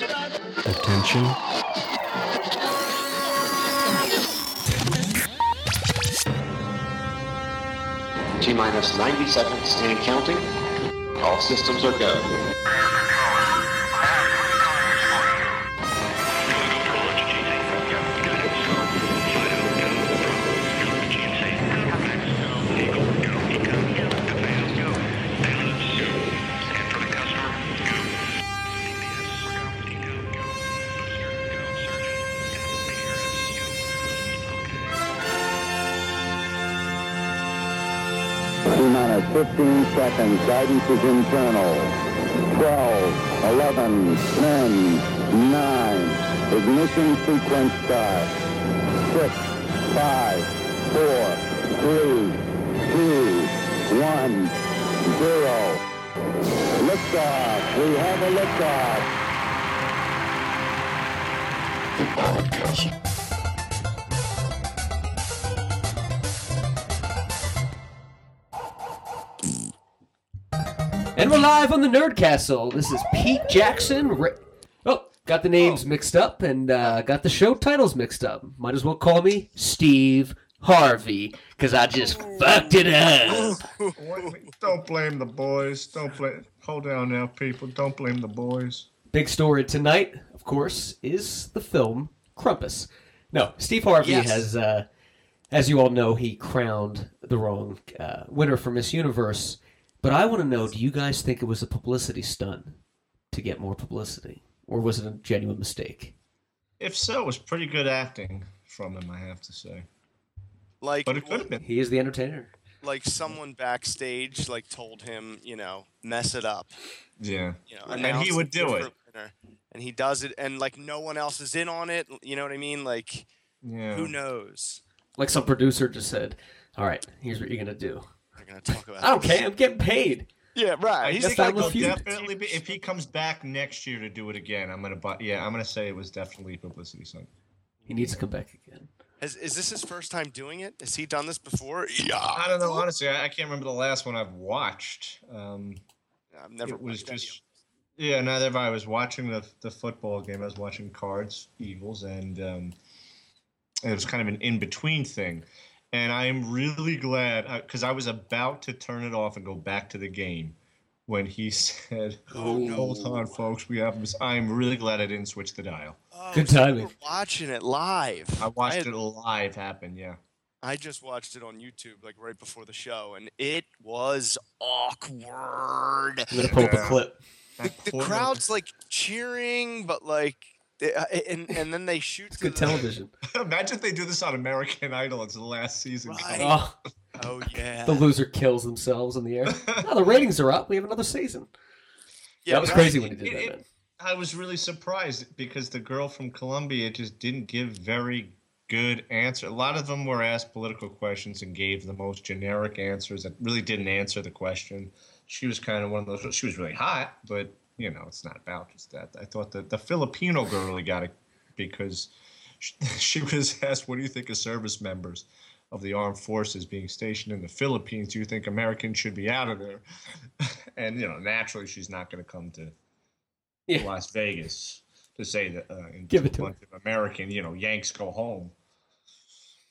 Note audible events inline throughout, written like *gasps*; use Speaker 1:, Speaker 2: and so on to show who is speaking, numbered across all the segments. Speaker 1: Attention.
Speaker 2: T minus 90 seconds and counting. All systems are go.
Speaker 3: T minus 15 seconds. Guidance is internal. 12, 11, 10, 9. Ignition sequence start. 6, 5, 4, 3, 2, 1, 0. Liftoff. We have a liftoff.
Speaker 4: And we're live on the Nerd Castle. This is Pete Jackson. Ra- oh, got the names mixed up and uh, got the show titles mixed up. Might as well call me Steve Harvey because I just fucked it up.
Speaker 5: *laughs* Don't blame the boys. Don't blame. Hold down now, people. Don't blame the boys.
Speaker 4: Big story tonight, of course, is the film Crumpus. No, Steve Harvey
Speaker 6: Yes.
Speaker 4: has, uh, as you all know, he crowned the wrong uh, winner for Miss Universe. But I want to know do you guys think it was a publicity stunt to get more publicity? Or was it a genuine mistake?
Speaker 5: If so, it was pretty good acting from him, I have to say.
Speaker 6: Like,
Speaker 5: But it could have been.
Speaker 4: He is the entertainer.
Speaker 6: like someone backstage like told him, you know, mess it up.
Speaker 5: Yeah.
Speaker 6: You know,
Speaker 5: And he
Speaker 6: announce
Speaker 5: would
Speaker 6: a
Speaker 5: do it.
Speaker 6: different winner. And he does it, and like no one else is in on it. You know what I mean? Like,
Speaker 5: Yeah.
Speaker 6: who knows?
Speaker 4: Like some producer just said, all right, here's what you're going to do.
Speaker 6: We're gonna talk about.
Speaker 4: I don't
Speaker 6: this.
Speaker 4: care. I'm getting paid.
Speaker 6: *laughs* Yeah,
Speaker 5: I
Speaker 6: right. He's
Speaker 5: think
Speaker 4: guess I
Speaker 6: like,
Speaker 5: it'll
Speaker 4: refuse.
Speaker 5: definitely be. If he comes back next year to do it again, I'm gonna. Buy, yeah, I'm gonna say it was definitely publicity stunt.
Speaker 4: He needs to come back again.
Speaker 6: has, is this his first time doing it? Has he done this before? Yeah,
Speaker 5: I don't know. Honestly, I, I can't remember the last one I've watched. Um,
Speaker 6: I've never.
Speaker 5: it was
Speaker 6: watched any of
Speaker 5: just yeah neither of i was watching the, the football game i was watching cards evils and um, it was kind of an in-between thing and i am really glad because i was about to turn it off and go back to the game when he *laughs* said
Speaker 6: Oh, no.
Speaker 5: hold on folks we have this i'm really glad i didn't switch the dial
Speaker 6: Oh,
Speaker 4: Good
Speaker 6: so you
Speaker 4: timing.
Speaker 6: were watching it live.
Speaker 5: i watched
Speaker 6: had-
Speaker 5: it live happen
Speaker 6: *laughs*
Speaker 5: yeah
Speaker 6: I just watched it on YouTube, like right before the show, and it was awkward.
Speaker 4: I'm going to pull up a
Speaker 5: Yeah.
Speaker 4: clip.
Speaker 6: The,
Speaker 4: *laughs*
Speaker 5: That
Speaker 6: the
Speaker 5: poor little- *laughs*
Speaker 6: crowd's like cheering, but like, they- uh, and and then they shoot.
Speaker 4: It's
Speaker 6: to
Speaker 4: good
Speaker 6: the-
Speaker 4: television.
Speaker 5: imagine if they do this on american idol it's the last season
Speaker 6: Right.
Speaker 5: coming.
Speaker 4: Oh,
Speaker 6: Oh yeah.
Speaker 4: the loser kills themselves in the air. Oh, the ratings are up. We have another season.
Speaker 6: yeah,
Speaker 4: that was
Speaker 6: right.
Speaker 4: crazy when he did
Speaker 5: It-
Speaker 4: that,
Speaker 5: it-
Speaker 4: man.
Speaker 5: I was really surprised because the girl from Colombia just didn't give very good answer. A lot of them were asked political questions and gave the most generic answers that really didn't answer the question. She was kind of one of those. She was really hot, but you know, it's not about just that. I thought that the Filipino girl really got it because she, *laughs* she was asked, "What do you think of service members?" Of the armed forces being stationed in the Philippines, do you think Americans should be out of there? *laughs* and you know, naturally, she's not going to come to
Speaker 4: Yeah.
Speaker 5: Las Vegas to say that uh, and
Speaker 4: Give
Speaker 5: to
Speaker 4: it to
Speaker 5: a bunch of American, you know, Yanks go home.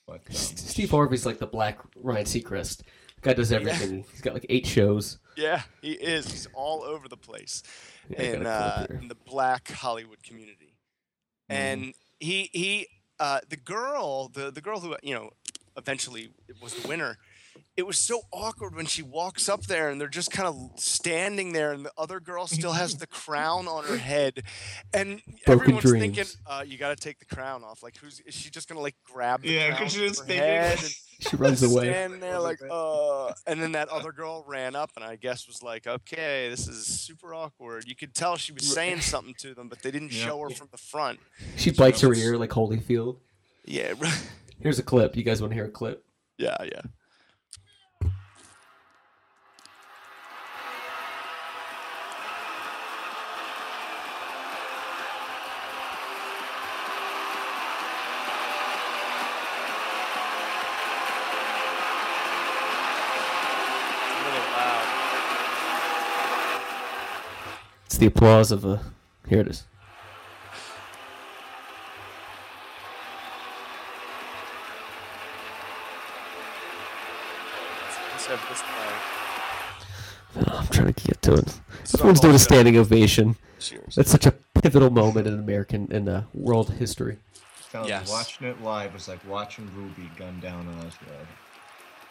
Speaker 5: But um,
Speaker 4: S- *laughs* Steve Harvey's like the black Ryan Seacrest. Guy does everything. He's got like eight shows.
Speaker 6: Yeah, he is. He's all over the place
Speaker 4: Yeah, I
Speaker 6: in,
Speaker 4: got
Speaker 6: uh,
Speaker 4: a clip
Speaker 6: in
Speaker 4: here.
Speaker 6: the black Hollywood community,
Speaker 4: Mm-hmm.
Speaker 6: and he he uh, the girl the the girl who you know eventually was the winner. It was so awkward when she walks up there and they're just kind of standing there, and the
Speaker 4: *laughs*
Speaker 6: other girl still has the crown on her head, and
Speaker 4: Broken
Speaker 6: everyone's thinking,
Speaker 4: dreams.
Speaker 6: uh, "You got to take the crown off." Like, who's is she just gonna like grab? The
Speaker 5: yeah,
Speaker 6: crown
Speaker 5: because
Speaker 6: off
Speaker 5: you *laughs*
Speaker 6: her
Speaker 5: just
Speaker 6: head
Speaker 5: thinking
Speaker 6: and-
Speaker 4: She runs
Speaker 6: *laughs*
Speaker 4: away.
Speaker 6: Standing there like, uh, and then that other girl ran up and I guess was like, okay, this is super awkward. You could tell she was
Speaker 5: *laughs*
Speaker 6: saying something to them, but they didn't
Speaker 5: Yeah.
Speaker 6: show her from the front.
Speaker 4: She bites her ear like Holyfield.
Speaker 6: Yeah,
Speaker 4: Here's a clip. You guys want to hear a clip?
Speaker 6: *laughs* yeah, yeah. Really loud.
Speaker 4: It's the applause of a. Here it is.
Speaker 6: Wow. just have this playing.
Speaker 4: I'm trying to get to it.
Speaker 6: This is
Speaker 4: Everyone's doing a
Speaker 6: awesome.
Speaker 4: standing ovation.
Speaker 6: Cheers.
Speaker 4: That's such a pivotal moment in American in uh, world history.
Speaker 5: Telling you,
Speaker 6: Yes.
Speaker 5: watching it live was like watching Ruby gun down Oswald.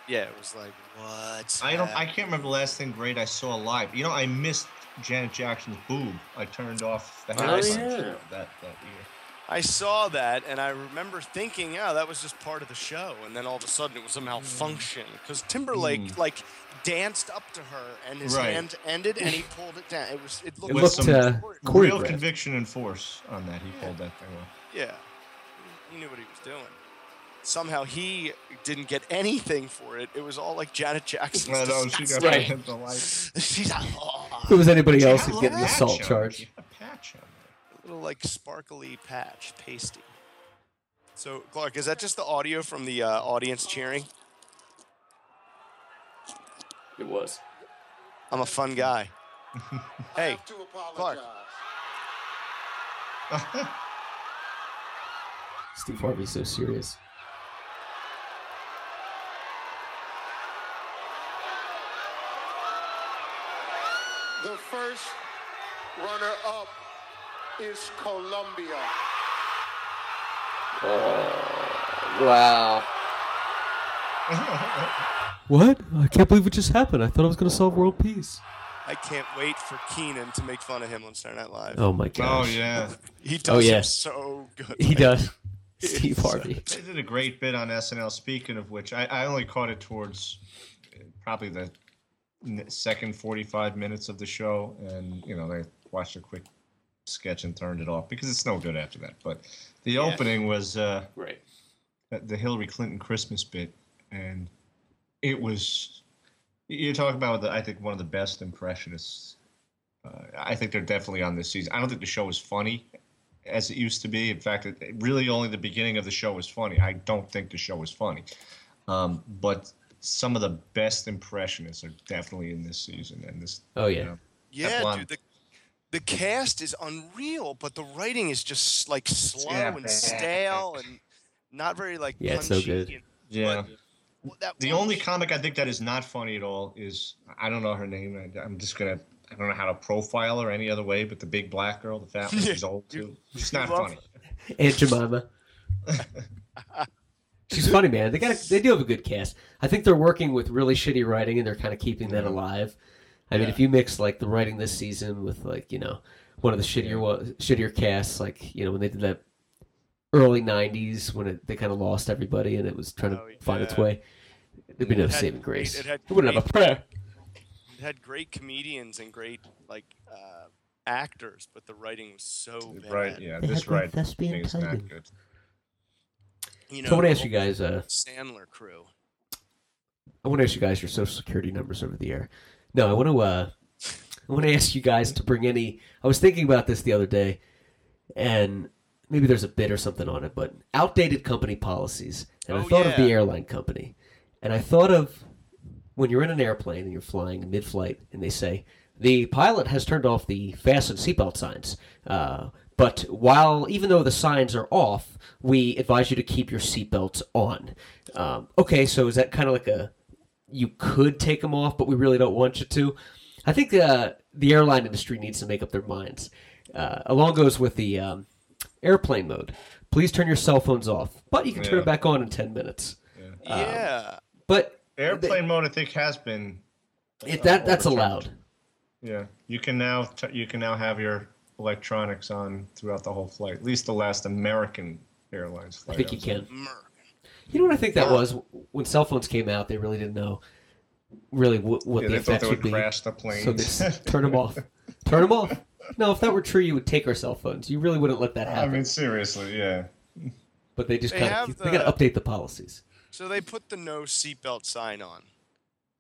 Speaker 6: Yeah, it was like what?
Speaker 5: I don't. I can't remember the last thing great I saw live. You know, I missed Janet Jackson's boob. I turned off the highlights
Speaker 6: Oh, yeah.
Speaker 5: that that year.
Speaker 6: I saw that and I remember thinking, oh, that was just part of the show. And then all of a sudden it was a
Speaker 5: Mm.
Speaker 6: malfunction because Timberlake
Speaker 4: Mm.
Speaker 6: like danced up to her and his
Speaker 5: Right.
Speaker 6: hand ended and he pulled it down. It was it looked,
Speaker 4: It
Speaker 5: With
Speaker 4: looked
Speaker 5: some
Speaker 4: uh,
Speaker 6: real
Speaker 5: Real
Speaker 4: choreographed.
Speaker 5: conviction and force on that. He pulled that thing off.
Speaker 6: yeah. He knew what he was doing. Somehow he didn't get anything for it. It was all like Janet Jackson.
Speaker 5: I know oh, she got
Speaker 4: Right.
Speaker 5: the light.
Speaker 6: *laughs* She's like, oh,
Speaker 4: If it was anybody else,
Speaker 5: Got
Speaker 4: would
Speaker 5: a
Speaker 4: get an
Speaker 5: patch
Speaker 4: assault
Speaker 5: on it.
Speaker 4: charge.
Speaker 5: Got a patch on it.
Speaker 6: little like sparkly patch, pasty. So Clark, is that just the audio from the uh, audience cheering?
Speaker 1: It was.
Speaker 6: I'm a fun guy. hey, Clark.
Speaker 4: Steve Harvey's so serious.
Speaker 7: The first runner up is Colombia.
Speaker 4: Wow. what? I can't believe it just happened. I thought I was going to solve world peace.
Speaker 6: I can't wait for Keenan to make fun of him on Saturday Night Live.
Speaker 4: Oh my
Speaker 5: Oh
Speaker 4: gosh.
Speaker 5: yeah,
Speaker 6: He does
Speaker 4: Oh,
Speaker 6: him
Speaker 4: yeah.
Speaker 6: so good. *laughs*
Speaker 4: He
Speaker 5: *laughs*
Speaker 4: does. Steve Harvey.
Speaker 5: they did a great bit on SNL. Speaking of which, I, I only caught it towards uh, probably the n- second forty-five minutes of the show, and you know they watched a quick sketch and turned it off because it's no good after that. But the opening was. Uh,
Speaker 1: Right.
Speaker 5: that- the Hillary Clinton Christmas bit, and it was. You're talking about the, I think one of the best impressionists. Uh, I think they're definitely on this season. I don't think the show is funny as it used to be. In fact, it, it really only the beginning of the show is funny. I don't think the show is funny, um, but some of the best impressionists are definitely in this season. And this,
Speaker 4: Oh, yeah.
Speaker 5: you know,
Speaker 6: Yeah,
Speaker 5: Teflon.
Speaker 6: dude. The, the cast is unreal, but the writing is just like slow
Speaker 5: Yeah,
Speaker 6: and
Speaker 5: bad.
Speaker 6: stale and not very like
Speaker 4: Yeah, it's so
Speaker 6: punchy.
Speaker 4: good.
Speaker 6: and-
Speaker 5: yeah.
Speaker 6: but what- that
Speaker 5: The
Speaker 6: one-
Speaker 5: only comic I think that is not funny at all is I don't know her name. I, I'm just gonna I don't know how to profile her any other way. But the big black girl, the fat one,
Speaker 6: Yeah,
Speaker 5: she's old too. She's
Speaker 6: *laughs* you
Speaker 5: not
Speaker 6: love
Speaker 5: funny.
Speaker 4: Aunt
Speaker 6: *laughs*
Speaker 4: Jemima. She's funny, man. They got a, they do have a good cast. I think they're working with really shitty writing, and they're kind of keeping that alive. I mean, if you mix like the writing this season with like you know one of the shittier wa- shittier casts, like you know when they did that early '90s when it, they kind of lost everybody and it was trying
Speaker 6: Oh,
Speaker 4: to find its
Speaker 6: yeah.
Speaker 4: way, there'd be
Speaker 6: It
Speaker 4: no
Speaker 6: had
Speaker 4: saving
Speaker 6: great-
Speaker 4: grace.
Speaker 6: it had
Speaker 4: We wouldn't have a prayer.
Speaker 6: it had great comedians and great like uh, actors, but the writing was so bad.
Speaker 5: Right? Yeah,
Speaker 4: They
Speaker 5: this
Speaker 4: had one
Speaker 5: right
Speaker 4: thespian
Speaker 5: thing is not
Speaker 4: pagan.
Speaker 5: good.
Speaker 6: You know,
Speaker 4: So I want to
Speaker 6: the
Speaker 4: ask you guys. Uh,
Speaker 6: Sandler crew.
Speaker 4: I want to ask you guys your social security numbers over the air. No, I want to. Uh, I want to ask you guys to bring any. I was thinking about this the other day, and maybe there's a bid or something on it, but outdated company policies. And I
Speaker 6: Oh,
Speaker 4: thought of the
Speaker 6: yeah.
Speaker 4: airline company, and I thought of when you're in an airplane and you're flying mid-flight, and they say the pilot has turned off the fasten seatbelt signs. Uh, but while even though the signs are off, we advise you to keep your seatbelts on. Um, okay, so is that kind of like a you could take them off, but we really don't want you to. I think uh, the airline industry needs to make up their minds. Uh, along goes with the um, airplane mode. Please turn your cell phones off, but you can turn
Speaker 5: Yeah.
Speaker 4: it back on in 10 minutes.
Speaker 6: yeah,
Speaker 4: But
Speaker 5: Airplane mode, I think, has been.
Speaker 4: it, that that's allowed.
Speaker 5: Yeah, you can now t- you can now have your electronics on throughout the whole flight. At least the last American Airlines
Speaker 4: I
Speaker 5: flight.
Speaker 4: think you
Speaker 5: was
Speaker 4: can.
Speaker 6: Merck.
Speaker 4: You know what I think that was? When cell phones came out, they really didn't know really what, what
Speaker 5: on. Yeah,
Speaker 4: the
Speaker 5: they thought
Speaker 4: effects
Speaker 5: they
Speaker 4: would
Speaker 5: would
Speaker 4: be.
Speaker 5: crash the
Speaker 4: So they
Speaker 5: planes.
Speaker 4: just *laughs* turn them off. Turn them off. No, if that were true, you would take our cell phones. You really wouldn't let that
Speaker 5: *laughs* I
Speaker 4: happen.
Speaker 5: mean, seriously, yeah.
Speaker 4: but they just
Speaker 6: They
Speaker 4: kind
Speaker 6: have
Speaker 4: of they got to
Speaker 6: the-
Speaker 4: update the policies.
Speaker 6: So they put the no seatbelt sign on,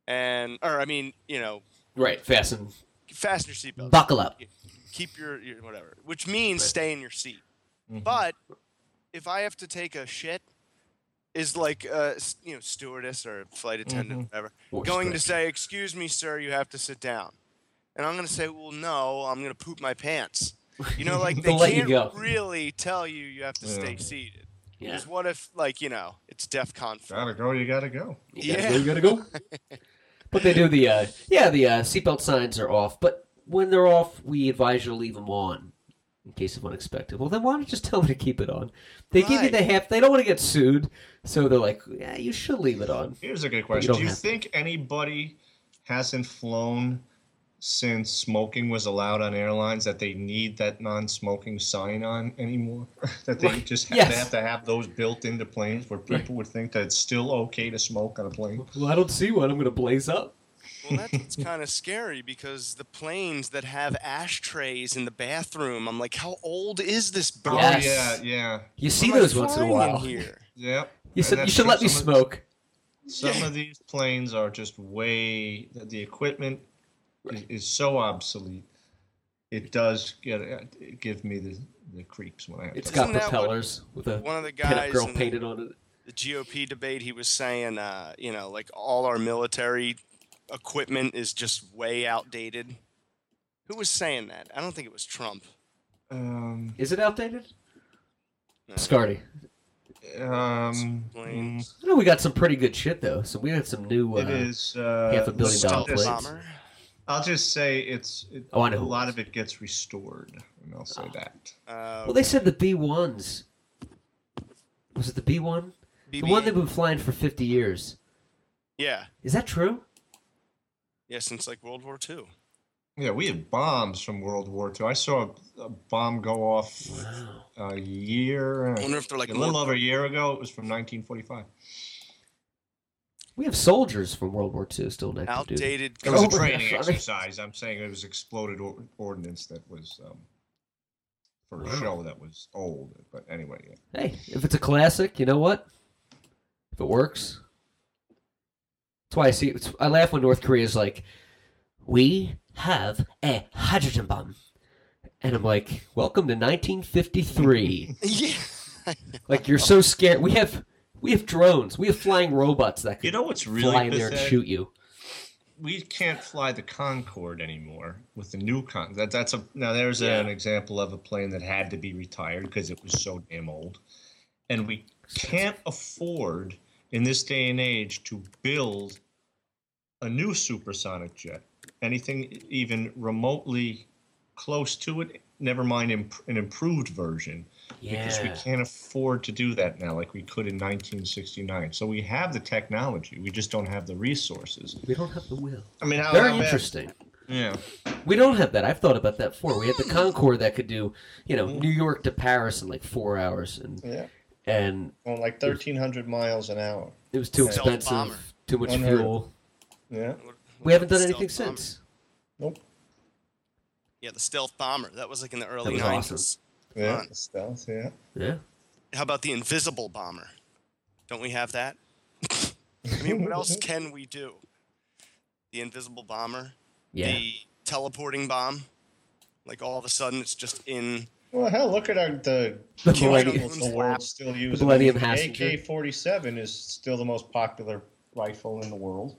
Speaker 6: and or I mean, you know,
Speaker 4: Right, fasten,
Speaker 6: fasten your seatbelt.
Speaker 4: buckle up.
Speaker 6: keep your, your whatever, which means stay in your seat.
Speaker 4: Mm-hmm.
Speaker 6: But if I have to take a shit, is like uh, s- you know stewardess or flight attendant,
Speaker 4: Mm-hmm.
Speaker 6: whatever,
Speaker 4: Or
Speaker 6: going to
Speaker 4: stretch.
Speaker 6: say, "Excuse me, sir, you have to sit down," and I'm going to say, "Well, no, I'm going to poop my pants." You
Speaker 4: *laughs*
Speaker 6: know, like they
Speaker 4: They'll let you
Speaker 6: can't
Speaker 4: go.
Speaker 6: really tell you you have to
Speaker 5: Yeah.
Speaker 6: stay seated.
Speaker 4: Yeah.
Speaker 6: Because what if, like you know, it's DEFCON four?
Speaker 5: Gotta go. You gotta go.
Speaker 6: Yeah.
Speaker 4: you gotta go. *laughs* But they do the uh, yeah the uh, seatbelt signs are off, but when they're off, we advise you to leave them on in case of unexpected. Well, then why don't you just tell me to keep it on? They give you
Speaker 6: Right.
Speaker 4: the half. They don't want to get sued, so they're like, yeah, you should leave it on.
Speaker 5: Here's a good
Speaker 4: you
Speaker 5: question.
Speaker 4: don't
Speaker 5: Do you
Speaker 4: have to.
Speaker 5: think anybody hasn't flown since smoking was allowed on airlines that they need that non-smoking sign on anymore? *laughs* that they
Speaker 4: Right.
Speaker 5: just have,
Speaker 4: Yes.
Speaker 5: they have to have those built into planes where people would think that it's still okay to smoke on a plane.
Speaker 4: Well, I don't see one. I'm going to blaze up.
Speaker 6: Well,
Speaker 4: *laughs*
Speaker 6: that's what's kind of scary because the planes that have ashtrays in the bathroom, I'm like, how old is this bird?
Speaker 4: Yes.
Speaker 5: Oh yeah, yeah.
Speaker 4: You see
Speaker 6: What am I
Speaker 4: those once in a
Speaker 6: flying
Speaker 4: while. *laughs*
Speaker 6: Here?
Speaker 5: Yep.
Speaker 4: You
Speaker 5: And
Speaker 4: said you
Speaker 5: that's
Speaker 4: should
Speaker 5: true.
Speaker 4: let me
Speaker 5: Some of-
Speaker 4: smoke.
Speaker 5: Some of these planes are just way the- the equipment is, is so obsolete. It does get it gives me the, the creeps when I have
Speaker 4: It's
Speaker 5: to
Speaker 4: got
Speaker 6: Isn't that what
Speaker 4: propellers with a
Speaker 6: One of the
Speaker 4: pinup
Speaker 6: guys
Speaker 4: girl
Speaker 6: in the-
Speaker 4: painted on it.
Speaker 6: the GOP debate, he was saying, uh, you know, like all our military equipment is just way outdated. Who was saying that? I don't think it was Trump.
Speaker 5: Um,
Speaker 4: Is it outdated?
Speaker 6: No.
Speaker 4: Scardy.
Speaker 5: um,
Speaker 6: Planes.
Speaker 4: I know we got some pretty good shit though. So we had some new. Uh,
Speaker 5: it is. Uh,
Speaker 4: half a billion dollar
Speaker 5: I'll
Speaker 4: planes.
Speaker 5: just-
Speaker 6: Bomber.
Speaker 5: I'll just say it's. It,
Speaker 4: Oh, I know
Speaker 5: A
Speaker 4: who
Speaker 5: lot
Speaker 4: it
Speaker 5: of it gets restored, and I'll say that.
Speaker 6: Uh,
Speaker 4: Well, they said the B ones. Was it the B one? The one they've
Speaker 6: BB-8.
Speaker 4: been flying for fifty years.
Speaker 6: yeah.
Speaker 4: Is that true?
Speaker 6: Yeah, since like World War II.
Speaker 5: Yeah, we had bombs from World War II. I saw a, a bomb go off a year.
Speaker 6: I wonder if they're like
Speaker 5: a little
Speaker 6: more-
Speaker 5: over a year ago. It was from 1945.
Speaker 4: We have soldiers from World War II still in active duty.
Speaker 6: outdated.
Speaker 5: It was
Speaker 4: Oh,
Speaker 5: a training
Speaker 4: sorry.
Speaker 5: exercise. I'm saying it was exploded or- ordnance that was um, for a show that was old. But anyway, yeah.
Speaker 4: Hey, if it's a classic, you know what? If it works, that's why I see. It's, I laugh when North Korea's like, "We have a hydrogen bomb," and I'm like, "Welcome to 1953."
Speaker 6: Yeah.
Speaker 4: like you're so scared. We have we have drones. We have flying robots that can
Speaker 5: You know what's really
Speaker 4: fly in there and
Speaker 5: pathetic?
Speaker 4: shoot you.
Speaker 5: we can't fly the Concorde anymore with the new Con. That, that's a now there's an example of a plane that had to be retired because it was so damn old, and we can't afford in this day and age to build a new supersonic jet. Anything e, even remotely close to it, never mind imp- an improved version, because we
Speaker 4: Yeah.
Speaker 5: can't afford to do that now like we could in 1969. So we have the technology, we just don't have the resources.
Speaker 4: We don't have the will.
Speaker 5: I mean, how,
Speaker 4: Very
Speaker 5: how bad-
Speaker 4: interesting.
Speaker 5: Yeah.
Speaker 4: We don't have that. I've thought about that before. We had
Speaker 5: Mm.
Speaker 4: the Concorde that could do, you know, New York to Paris in like four hours, and
Speaker 5: Yeah.
Speaker 4: and
Speaker 5: On like 1,300 miles an hour.
Speaker 4: it was too
Speaker 6: Stealth
Speaker 4: expensive,
Speaker 6: bomber.
Speaker 4: too much
Speaker 5: Unheard of.
Speaker 4: fuel.
Speaker 5: Yeah.
Speaker 4: *laughs* We haven't done
Speaker 6: Stealth
Speaker 4: anything
Speaker 6: bomber.
Speaker 4: since.
Speaker 5: Nope.
Speaker 6: Yeah, the stealth bomber. That was like in the early
Speaker 4: was
Speaker 6: 90s.
Speaker 4: awesome.
Speaker 5: Yeah.
Speaker 6: Fun.
Speaker 5: Stealth, yeah.
Speaker 4: Yeah,
Speaker 6: How about the invisible bomber? Don't we have that? *laughs* I mean, what else can we do? The invisible bomber,
Speaker 4: yeah.
Speaker 6: the teleporting bomb. Like all of a sudden, it's just in.
Speaker 5: Well, hell, look at our, the
Speaker 4: The
Speaker 5: chemicals
Speaker 4: Millennium-
Speaker 5: the world's still using.
Speaker 4: Millennium Hasselger.
Speaker 5: AK-47 is still the most popular rifle in the world,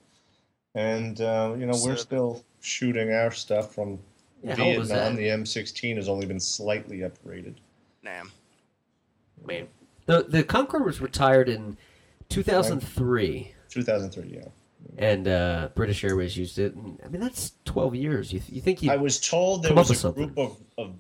Speaker 5: and uh, you know we're
Speaker 6: So-
Speaker 5: still shooting our stuff from
Speaker 4: Yeah, how old was
Speaker 5: Vietnam.
Speaker 4: that?
Speaker 5: The M16 has only been slightly upgraded.
Speaker 6: Nam.
Speaker 4: Man, the the Concorde was retired in 2003,
Speaker 5: 2003, yeah.
Speaker 4: and uh, British Airways used it. And, I mean, that's 12 years. You, you think you?
Speaker 5: I was told there
Speaker 4: Come up
Speaker 5: was a
Speaker 4: with something.
Speaker 5: group of, of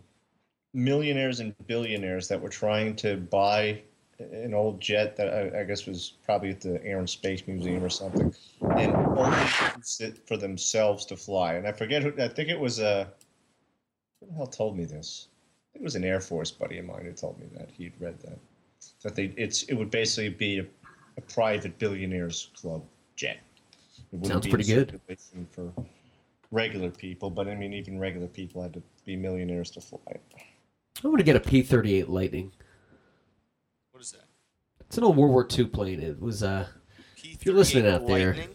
Speaker 5: millionaires and billionaires that were trying to buy an old jet that I, I guess was probably at the Air and Space Museum or something, and only use it for themselves to fly. And I forget who. I think it was a. Who the hell told me this? I think It was an Air Force buddy of mine who told me that he'd read that that they it's it would basically be a, a private billionaires club jet. It wouldn't
Speaker 4: Sounds
Speaker 5: be
Speaker 4: pretty
Speaker 5: in
Speaker 4: good.
Speaker 5: circulation for regular people, but I mean, even regular people had to be millionaires to fly it.
Speaker 4: I want to get a P-38 Lightning.
Speaker 6: What is that?
Speaker 4: It's an old World War II plane. It was uh,
Speaker 6: P38
Speaker 4: you're listening out there.
Speaker 6: Lightning?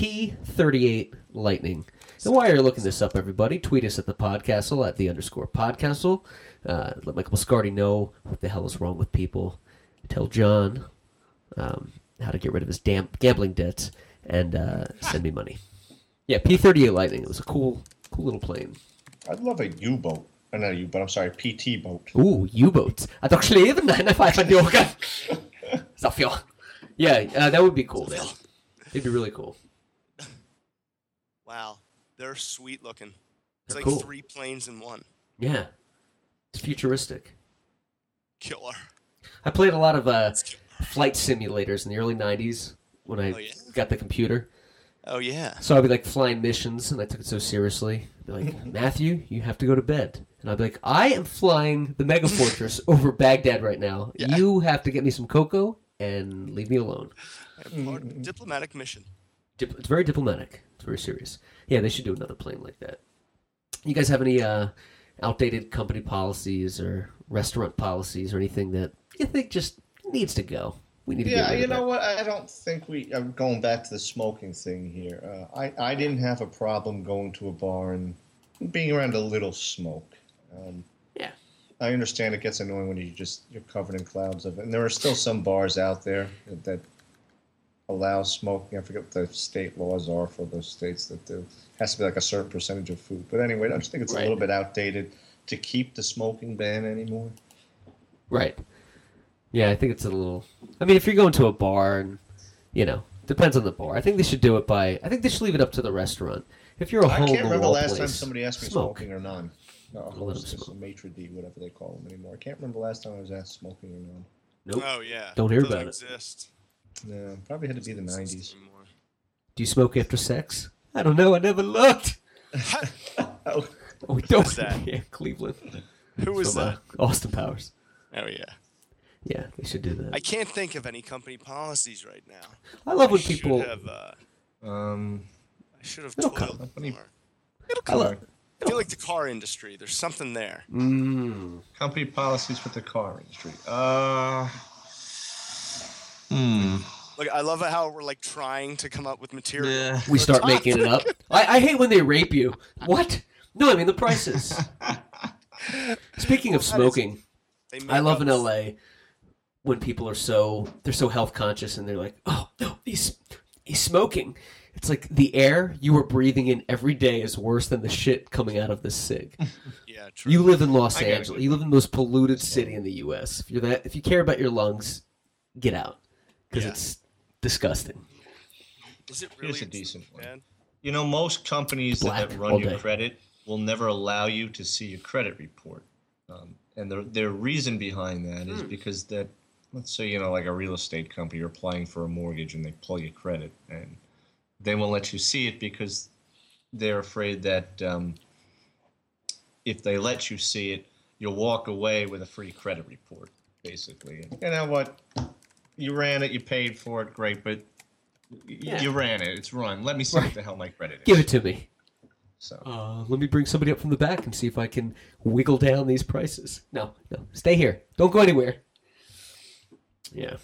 Speaker 4: P38 Lightning. And while you're looking this up, everybody, tweet us at the podcastle at the underscore podcastle. Uh, let Michael Biscardi know what the hell is wrong with people. Tell John um, how to get rid of his damn gambling debts and uh, send me money. Yeah, P38 Lightning. It was a cool, cool little plane.
Speaker 5: I'd love a U boat. Uh, not a U boat. I'm sorry, PT boat.
Speaker 4: Ooh, U-boats. I don't *laughs* believe in that. If I find you okay. Sofia. Yeah, uh, that would be cool, man. It'd be really cool.
Speaker 6: Wow, they're sweet looking. It's
Speaker 4: They're
Speaker 6: like
Speaker 4: cool.
Speaker 6: three planes in one.
Speaker 4: Yeah, it's futuristic.
Speaker 6: Killer.
Speaker 4: I played a lot of uh,
Speaker 6: It's killer.
Speaker 4: flight simulators in the early '90s when I
Speaker 6: Oh, yeah?
Speaker 4: got the computer.
Speaker 6: Oh yeah.
Speaker 4: So I'd be like flying missions, and I took it so seriously. I'd be like, Matthew, you have to go to bed. And I'd be like, I am flying the Mega Fortress over Baghdad right now.
Speaker 6: Yeah.
Speaker 4: You have to get me some cocoa and leave me alone.
Speaker 6: I'm part of a diplomatic mission.
Speaker 4: Dip- it's very diplomatic. It's very serious. Yeah, they should do another plane like that. You guys have any uh, outdated company policies or restaurant policies or anything that you think just needs to go? We need to get
Speaker 5: Yeah,
Speaker 4: rid
Speaker 5: you
Speaker 4: of
Speaker 5: know
Speaker 4: that.
Speaker 5: what? I don't think we. I'm going back to the smoking thing here. Uh, I I didn't have a problem going to a bar and being around a little smoke. Um,
Speaker 4: Yeah.
Speaker 5: I understand it gets annoying when you just you're covered in clouds of it, and there are still some bars out there that, that allow smoking. I forget what the state laws are for those states that do. has to be like a certain percentage of food. But anyway, I just think it's a
Speaker 4: Right.
Speaker 5: little bit outdated to keep the smoking ban anymore.
Speaker 4: Right. Yeah, I think it's a little. I mean, if you're going to a bar, and you know, depends on the bar. I think they should do it by. I think they should leave it up to the restaurant. If you're a
Speaker 5: I
Speaker 4: hole
Speaker 5: can't
Speaker 4: in the
Speaker 5: remember the
Speaker 4: wall
Speaker 5: last
Speaker 4: place,
Speaker 5: time somebody asked me
Speaker 4: smoke.
Speaker 5: smoking or non. No,
Speaker 4: Well, let
Speaker 5: it's
Speaker 4: them
Speaker 5: just a maitre d, whatever they call them anymore. I can't remember the last time I was asked smoking or non.
Speaker 4: Nope.
Speaker 6: Oh yeah.
Speaker 4: Don't hear
Speaker 6: Doesn't
Speaker 4: about it.
Speaker 6: exist.
Speaker 5: No, probably had to be the '90s.
Speaker 6: anymore.
Speaker 4: Do you smoke after sex? I don't know. I never looked.
Speaker 5: *laughs* Oh,
Speaker 4: Oh, we don't.
Speaker 6: Who's that?
Speaker 4: Yeah, Cleveland.
Speaker 6: Who was
Speaker 4: From, uh,
Speaker 6: that?
Speaker 4: Austin Powers.
Speaker 6: Oh yeah.
Speaker 4: Yeah, they should do that.
Speaker 6: I can't think of any company policies right now.
Speaker 4: I, love when
Speaker 6: I should
Speaker 4: people.
Speaker 6: have, uh,
Speaker 5: um,
Speaker 6: I should have
Speaker 4: It'll come.
Speaker 6: toiled
Speaker 5: Company-
Speaker 6: more.
Speaker 4: I love.
Speaker 6: I feel like the car industry. There's something there.
Speaker 4: Mm,
Speaker 5: company policies for the car industry. Uh, hmm.
Speaker 6: Look, I love how we're like trying to come up with material.
Speaker 5: Yeah.
Speaker 4: we start making it up. I, I hate when they rape you. What? No, I mean the prices.
Speaker 6: *laughs*
Speaker 4: Speaking of
Speaker 6: Well, that is-
Speaker 4: smoking.
Speaker 6: They make
Speaker 4: I love
Speaker 6: up-
Speaker 4: in LA when people are so they're so health conscious and they're like, "Oh no, he's he's smoking." It's like the air you are breathing in every day is worse than the shit coming out of this cig.
Speaker 6: Yeah, true.
Speaker 4: You live in Los
Speaker 5: I gotta
Speaker 4: Angeles.
Speaker 5: go.
Speaker 4: You live in the most polluted city in the U.S. If you're that, if you care about your lungs, get out because
Speaker 6: Yeah.
Speaker 4: it's disgusting.
Speaker 6: Is it
Speaker 5: Here's
Speaker 6: really
Speaker 5: a decent one.
Speaker 6: bad?
Speaker 5: You know, most companies that- that
Speaker 4: Black
Speaker 5: run
Speaker 4: all
Speaker 5: your
Speaker 4: day.
Speaker 5: credit will never allow you to see your credit report. Um, and their, their reason behind that
Speaker 4: Hmm.
Speaker 5: is because that, let's say, you know, like a real estate company, you're applying for a mortgage and they pull your credit and they won't let you see it because they're afraid that um, if they let you see it, you'll walk away with a free credit report, basically. And you know what? You ran it, you paid for it, great, but y-
Speaker 4: Yeah.
Speaker 5: you ran it, it's run. Let me see
Speaker 4: Right.
Speaker 5: what the hell my credit is.
Speaker 4: Give it to me.
Speaker 5: So
Speaker 4: Uh, let me bring somebody up from the back and see if I can wiggle down these prices. No, no, stay here. Don't go anywhere. Yeah.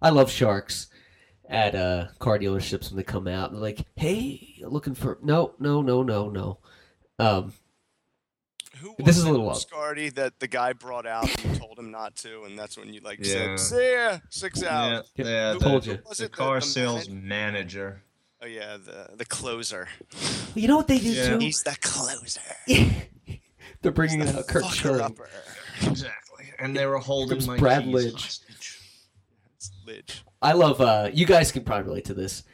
Speaker 4: I love sharks at uh, car dealerships when they come out. They're like, "Hey, looking for no, no, no, no, no." Um,
Speaker 6: Who
Speaker 4: This
Speaker 6: was
Speaker 4: is a
Speaker 6: it,
Speaker 4: little up.
Speaker 6: Scardy that the guy brought out and you told him not to, and that's when you like
Speaker 5: Yeah.
Speaker 6: said, "See ya, six
Speaker 5: yeah,
Speaker 6: out."
Speaker 4: Yep.
Speaker 5: yeah
Speaker 6: Who-
Speaker 5: the,
Speaker 4: Told you.
Speaker 6: who was
Speaker 5: the
Speaker 6: it that
Speaker 5: car
Speaker 6: the
Speaker 5: sales
Speaker 6: man-
Speaker 5: manager.
Speaker 6: Oh yeah, the the closer.
Speaker 4: you know what they do
Speaker 5: Yeah.
Speaker 4: too?
Speaker 6: He's the closer.
Speaker 4: *laughs* They're bringing uh, out Kurt
Speaker 6: Fucker
Speaker 4: Schilling.
Speaker 6: upper.
Speaker 5: Exactly. And they were holding
Speaker 4: Comes
Speaker 5: my
Speaker 4: Brad
Speaker 5: keys
Speaker 4: Lidge.
Speaker 5: hostage.
Speaker 6: It's Lidge.
Speaker 4: I love. uh You guys can probably relate to this.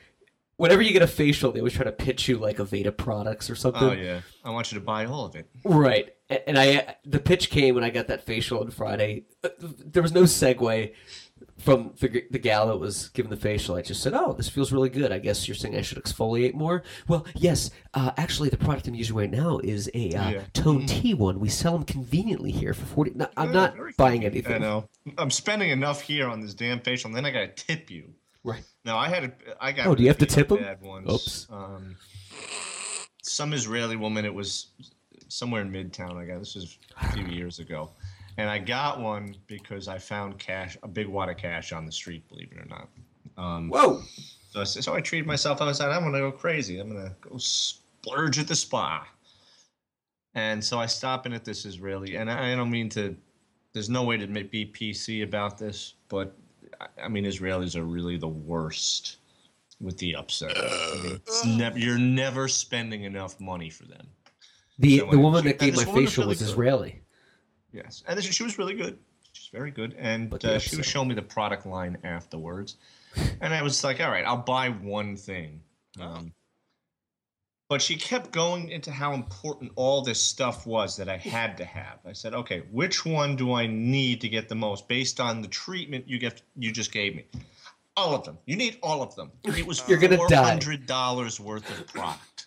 Speaker 4: Whenever you get a facial, they always try to pitch you like Aveda products or something.
Speaker 5: Oh yeah. I want you to buy all of it.
Speaker 4: Right. A- And I the pitch came when I got that facial on Friday. Uh, There was no segue from the, g- the gal that was given the facial. I just said, "Oh, this feels really good. I guess you're saying I should exfoliate more." Well, yes. Uh, actually, the product I'm using right now is a uh,
Speaker 5: Yeah.
Speaker 4: Tone T one. We sell them conveniently here for forty. No, I'm
Speaker 5: Yeah,
Speaker 4: not
Speaker 5: very
Speaker 4: buying
Speaker 5: convenient. uh,
Speaker 4: anything.
Speaker 5: I know. I'm spending enough here on this damn facial, and then I gotta tip you.
Speaker 4: Right.
Speaker 5: No, I had a. I got.
Speaker 4: Oh, do you have to
Speaker 5: really
Speaker 4: tip 'em?
Speaker 5: bad ones.
Speaker 4: Oops.
Speaker 5: Um, some Israeli woman. It was somewhere in Midtown. I got this was a few years ago, and I got one because I found cash, a big wad of cash on the street. Believe it or not. Um,
Speaker 4: Whoa.
Speaker 5: so, I- so I treated myself. I was like, I'm gonna go crazy. I'm gonna go splurge at the spa. And so I stop in at this Israeli, and I, I don't mean to. There's no way to ma- be PC about this, but I- I mean Israelis are really the worst with the upset. I mean, it's never, you're never spending enough money for them.
Speaker 4: The
Speaker 5: So
Speaker 4: the
Speaker 5: I-
Speaker 4: woman
Speaker 5: and
Speaker 4: that gave
Speaker 5: this
Speaker 4: my
Speaker 5: woman was
Speaker 4: facial
Speaker 5: really
Speaker 4: was
Speaker 5: good.
Speaker 4: Israeli.
Speaker 5: Yes, and this, she was really good. She's very good, and
Speaker 4: But the
Speaker 5: uh, she was
Speaker 4: upsell.
Speaker 5: showing me the product line afterwards, and I was like, "All right, I'll buy one thing." Um,
Speaker 6: Oh.
Speaker 5: But she kept going into how important all this stuff was that I had to have. I said, okay, which one do I need to get the most based on the treatment you get you just gave me? All of them. You need all of them. It was
Speaker 4: *laughs* You're gonna die.
Speaker 5: hundred dollars worth
Speaker 4: *laughs*
Speaker 5: of product.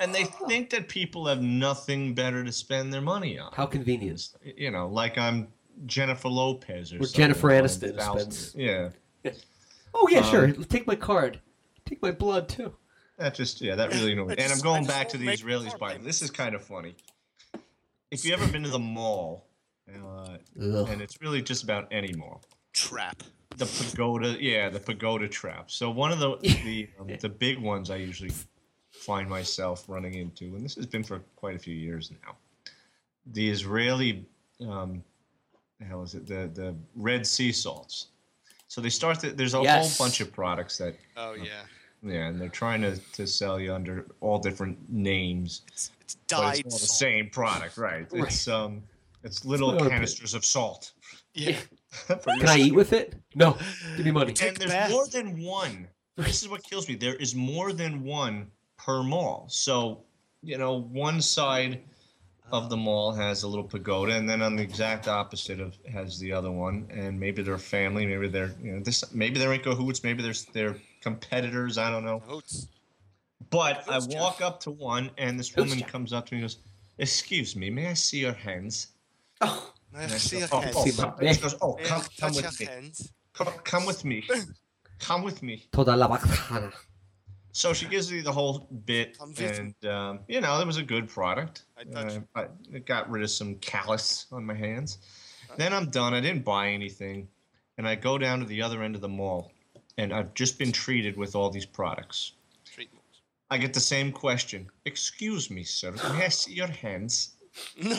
Speaker 5: And they think that people have nothing better to spend their money on.
Speaker 4: How convenient.
Speaker 5: You know, like I'm Jennifer Lopez or,
Speaker 4: Or
Speaker 5: something.
Speaker 4: Jennifer
Speaker 5: I'm
Speaker 4: Aniston
Speaker 5: thousand-
Speaker 4: spends.
Speaker 5: Yeah.
Speaker 4: Oh
Speaker 5: Um,
Speaker 4: yeah, sure. Take my card. Take my blood too.
Speaker 5: That just yeah, that really annoyed. me.
Speaker 6: *laughs*
Speaker 5: And
Speaker 6: I
Speaker 5: I'm
Speaker 6: just- I
Speaker 5: going
Speaker 6: just
Speaker 5: back
Speaker 6: won't
Speaker 5: to the
Speaker 6: make
Speaker 5: Israelis
Speaker 6: more
Speaker 5: biting. This is kind of funny. If you ever been to the mall, uh,
Speaker 4: Ugh.
Speaker 5: and it's really just about any mall,
Speaker 6: Trap.
Speaker 5: the pagoda, yeah, the pagoda trap. So one of the the um, the big ones I usually find myself running into, and this has been for quite a few years now, the Israeli, um, the hell is it? The the Red Sea salts. So they start. The, there's a
Speaker 4: Yes.
Speaker 5: whole bunch of products that
Speaker 6: Oh yeah.
Speaker 5: yeah, and they're trying to, to sell you under all different names,
Speaker 6: It's, it's
Speaker 5: but
Speaker 6: dyed.
Speaker 5: it's all the
Speaker 6: salt.
Speaker 5: same product, right?
Speaker 4: Right.
Speaker 5: It's um, it's little
Speaker 4: Okay.
Speaker 5: canisters of salt. *laughs*
Speaker 6: Yeah.
Speaker 4: Can I eat with it? No. Give me money.
Speaker 5: And
Speaker 6: Take
Speaker 5: there's
Speaker 6: bath.
Speaker 5: more than one. This is what kills me. There is more than one per mall. So you know, one side of the mall has a little pagoda, and then on the exact opposite of has the other one. And maybe they're family. Maybe they're you know this. Maybe they're in cahoots. Maybe they're they're competitors. I don't know.
Speaker 6: Oats.
Speaker 5: But I
Speaker 6: Those two.
Speaker 5: walk up to one, and this
Speaker 4: Those
Speaker 5: woman
Speaker 4: two.
Speaker 5: comes up to me and goes, "Excuse me, may I see your hands?"
Speaker 6: I
Speaker 5: And I
Speaker 6: see
Speaker 5: go,
Speaker 6: your
Speaker 5: "Oh,
Speaker 6: hands.
Speaker 5: oh,
Speaker 4: See my
Speaker 5: sorry." She
Speaker 4: dick.
Speaker 5: goes, "Oh,
Speaker 6: May I
Speaker 5: come, come
Speaker 6: touch
Speaker 5: with me.
Speaker 6: your hands?
Speaker 5: Come, come with
Speaker 6: *laughs*
Speaker 5: me. Come with me."
Speaker 4: Toda la bacana.
Speaker 5: So she gives me the whole bit,
Speaker 6: Come with
Speaker 5: and um, you know, it was a good product.
Speaker 6: I touch-
Speaker 5: Uh, I, it got rid of some callus on my hands.
Speaker 6: Uh-huh.
Speaker 5: Then I'm done. I didn't buy anything, and I go down to the other end of the mall, and I've just been treated with all these products.
Speaker 6: Treatment. *laughs*
Speaker 5: I get the same question. Excuse me, sir. May I see your hands?
Speaker 6: No.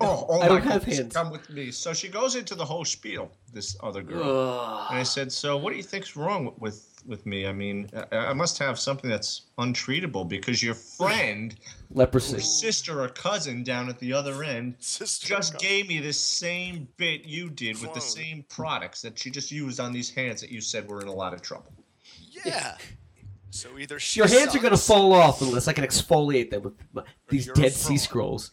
Speaker 5: Oh, oh
Speaker 4: I
Speaker 5: my
Speaker 4: don't have
Speaker 5: goodness,
Speaker 4: hands.
Speaker 5: Come with me. So she goes into the whole spiel. This other girl.
Speaker 4: Ugh.
Speaker 5: And I said, "So what do you think's wrong with with me? I mean, I, I must have something that's untreatable because your friend,
Speaker 4: Leprosy.
Speaker 5: sister, or cousin down at the other end
Speaker 6: Sister
Speaker 5: just
Speaker 6: God.
Speaker 5: gave me this same bit you did with the
Speaker 6: Clone.
Speaker 5: same products that she just used on these hands that you said were in a lot of trouble."
Speaker 6: Yeah. So either she
Speaker 4: Your hands are
Speaker 6: sucks-
Speaker 4: gonna fall off unless I can exfoliate them with my- these
Speaker 6: You're a
Speaker 4: Dead Sea
Speaker 6: fraud.
Speaker 4: Scrolls.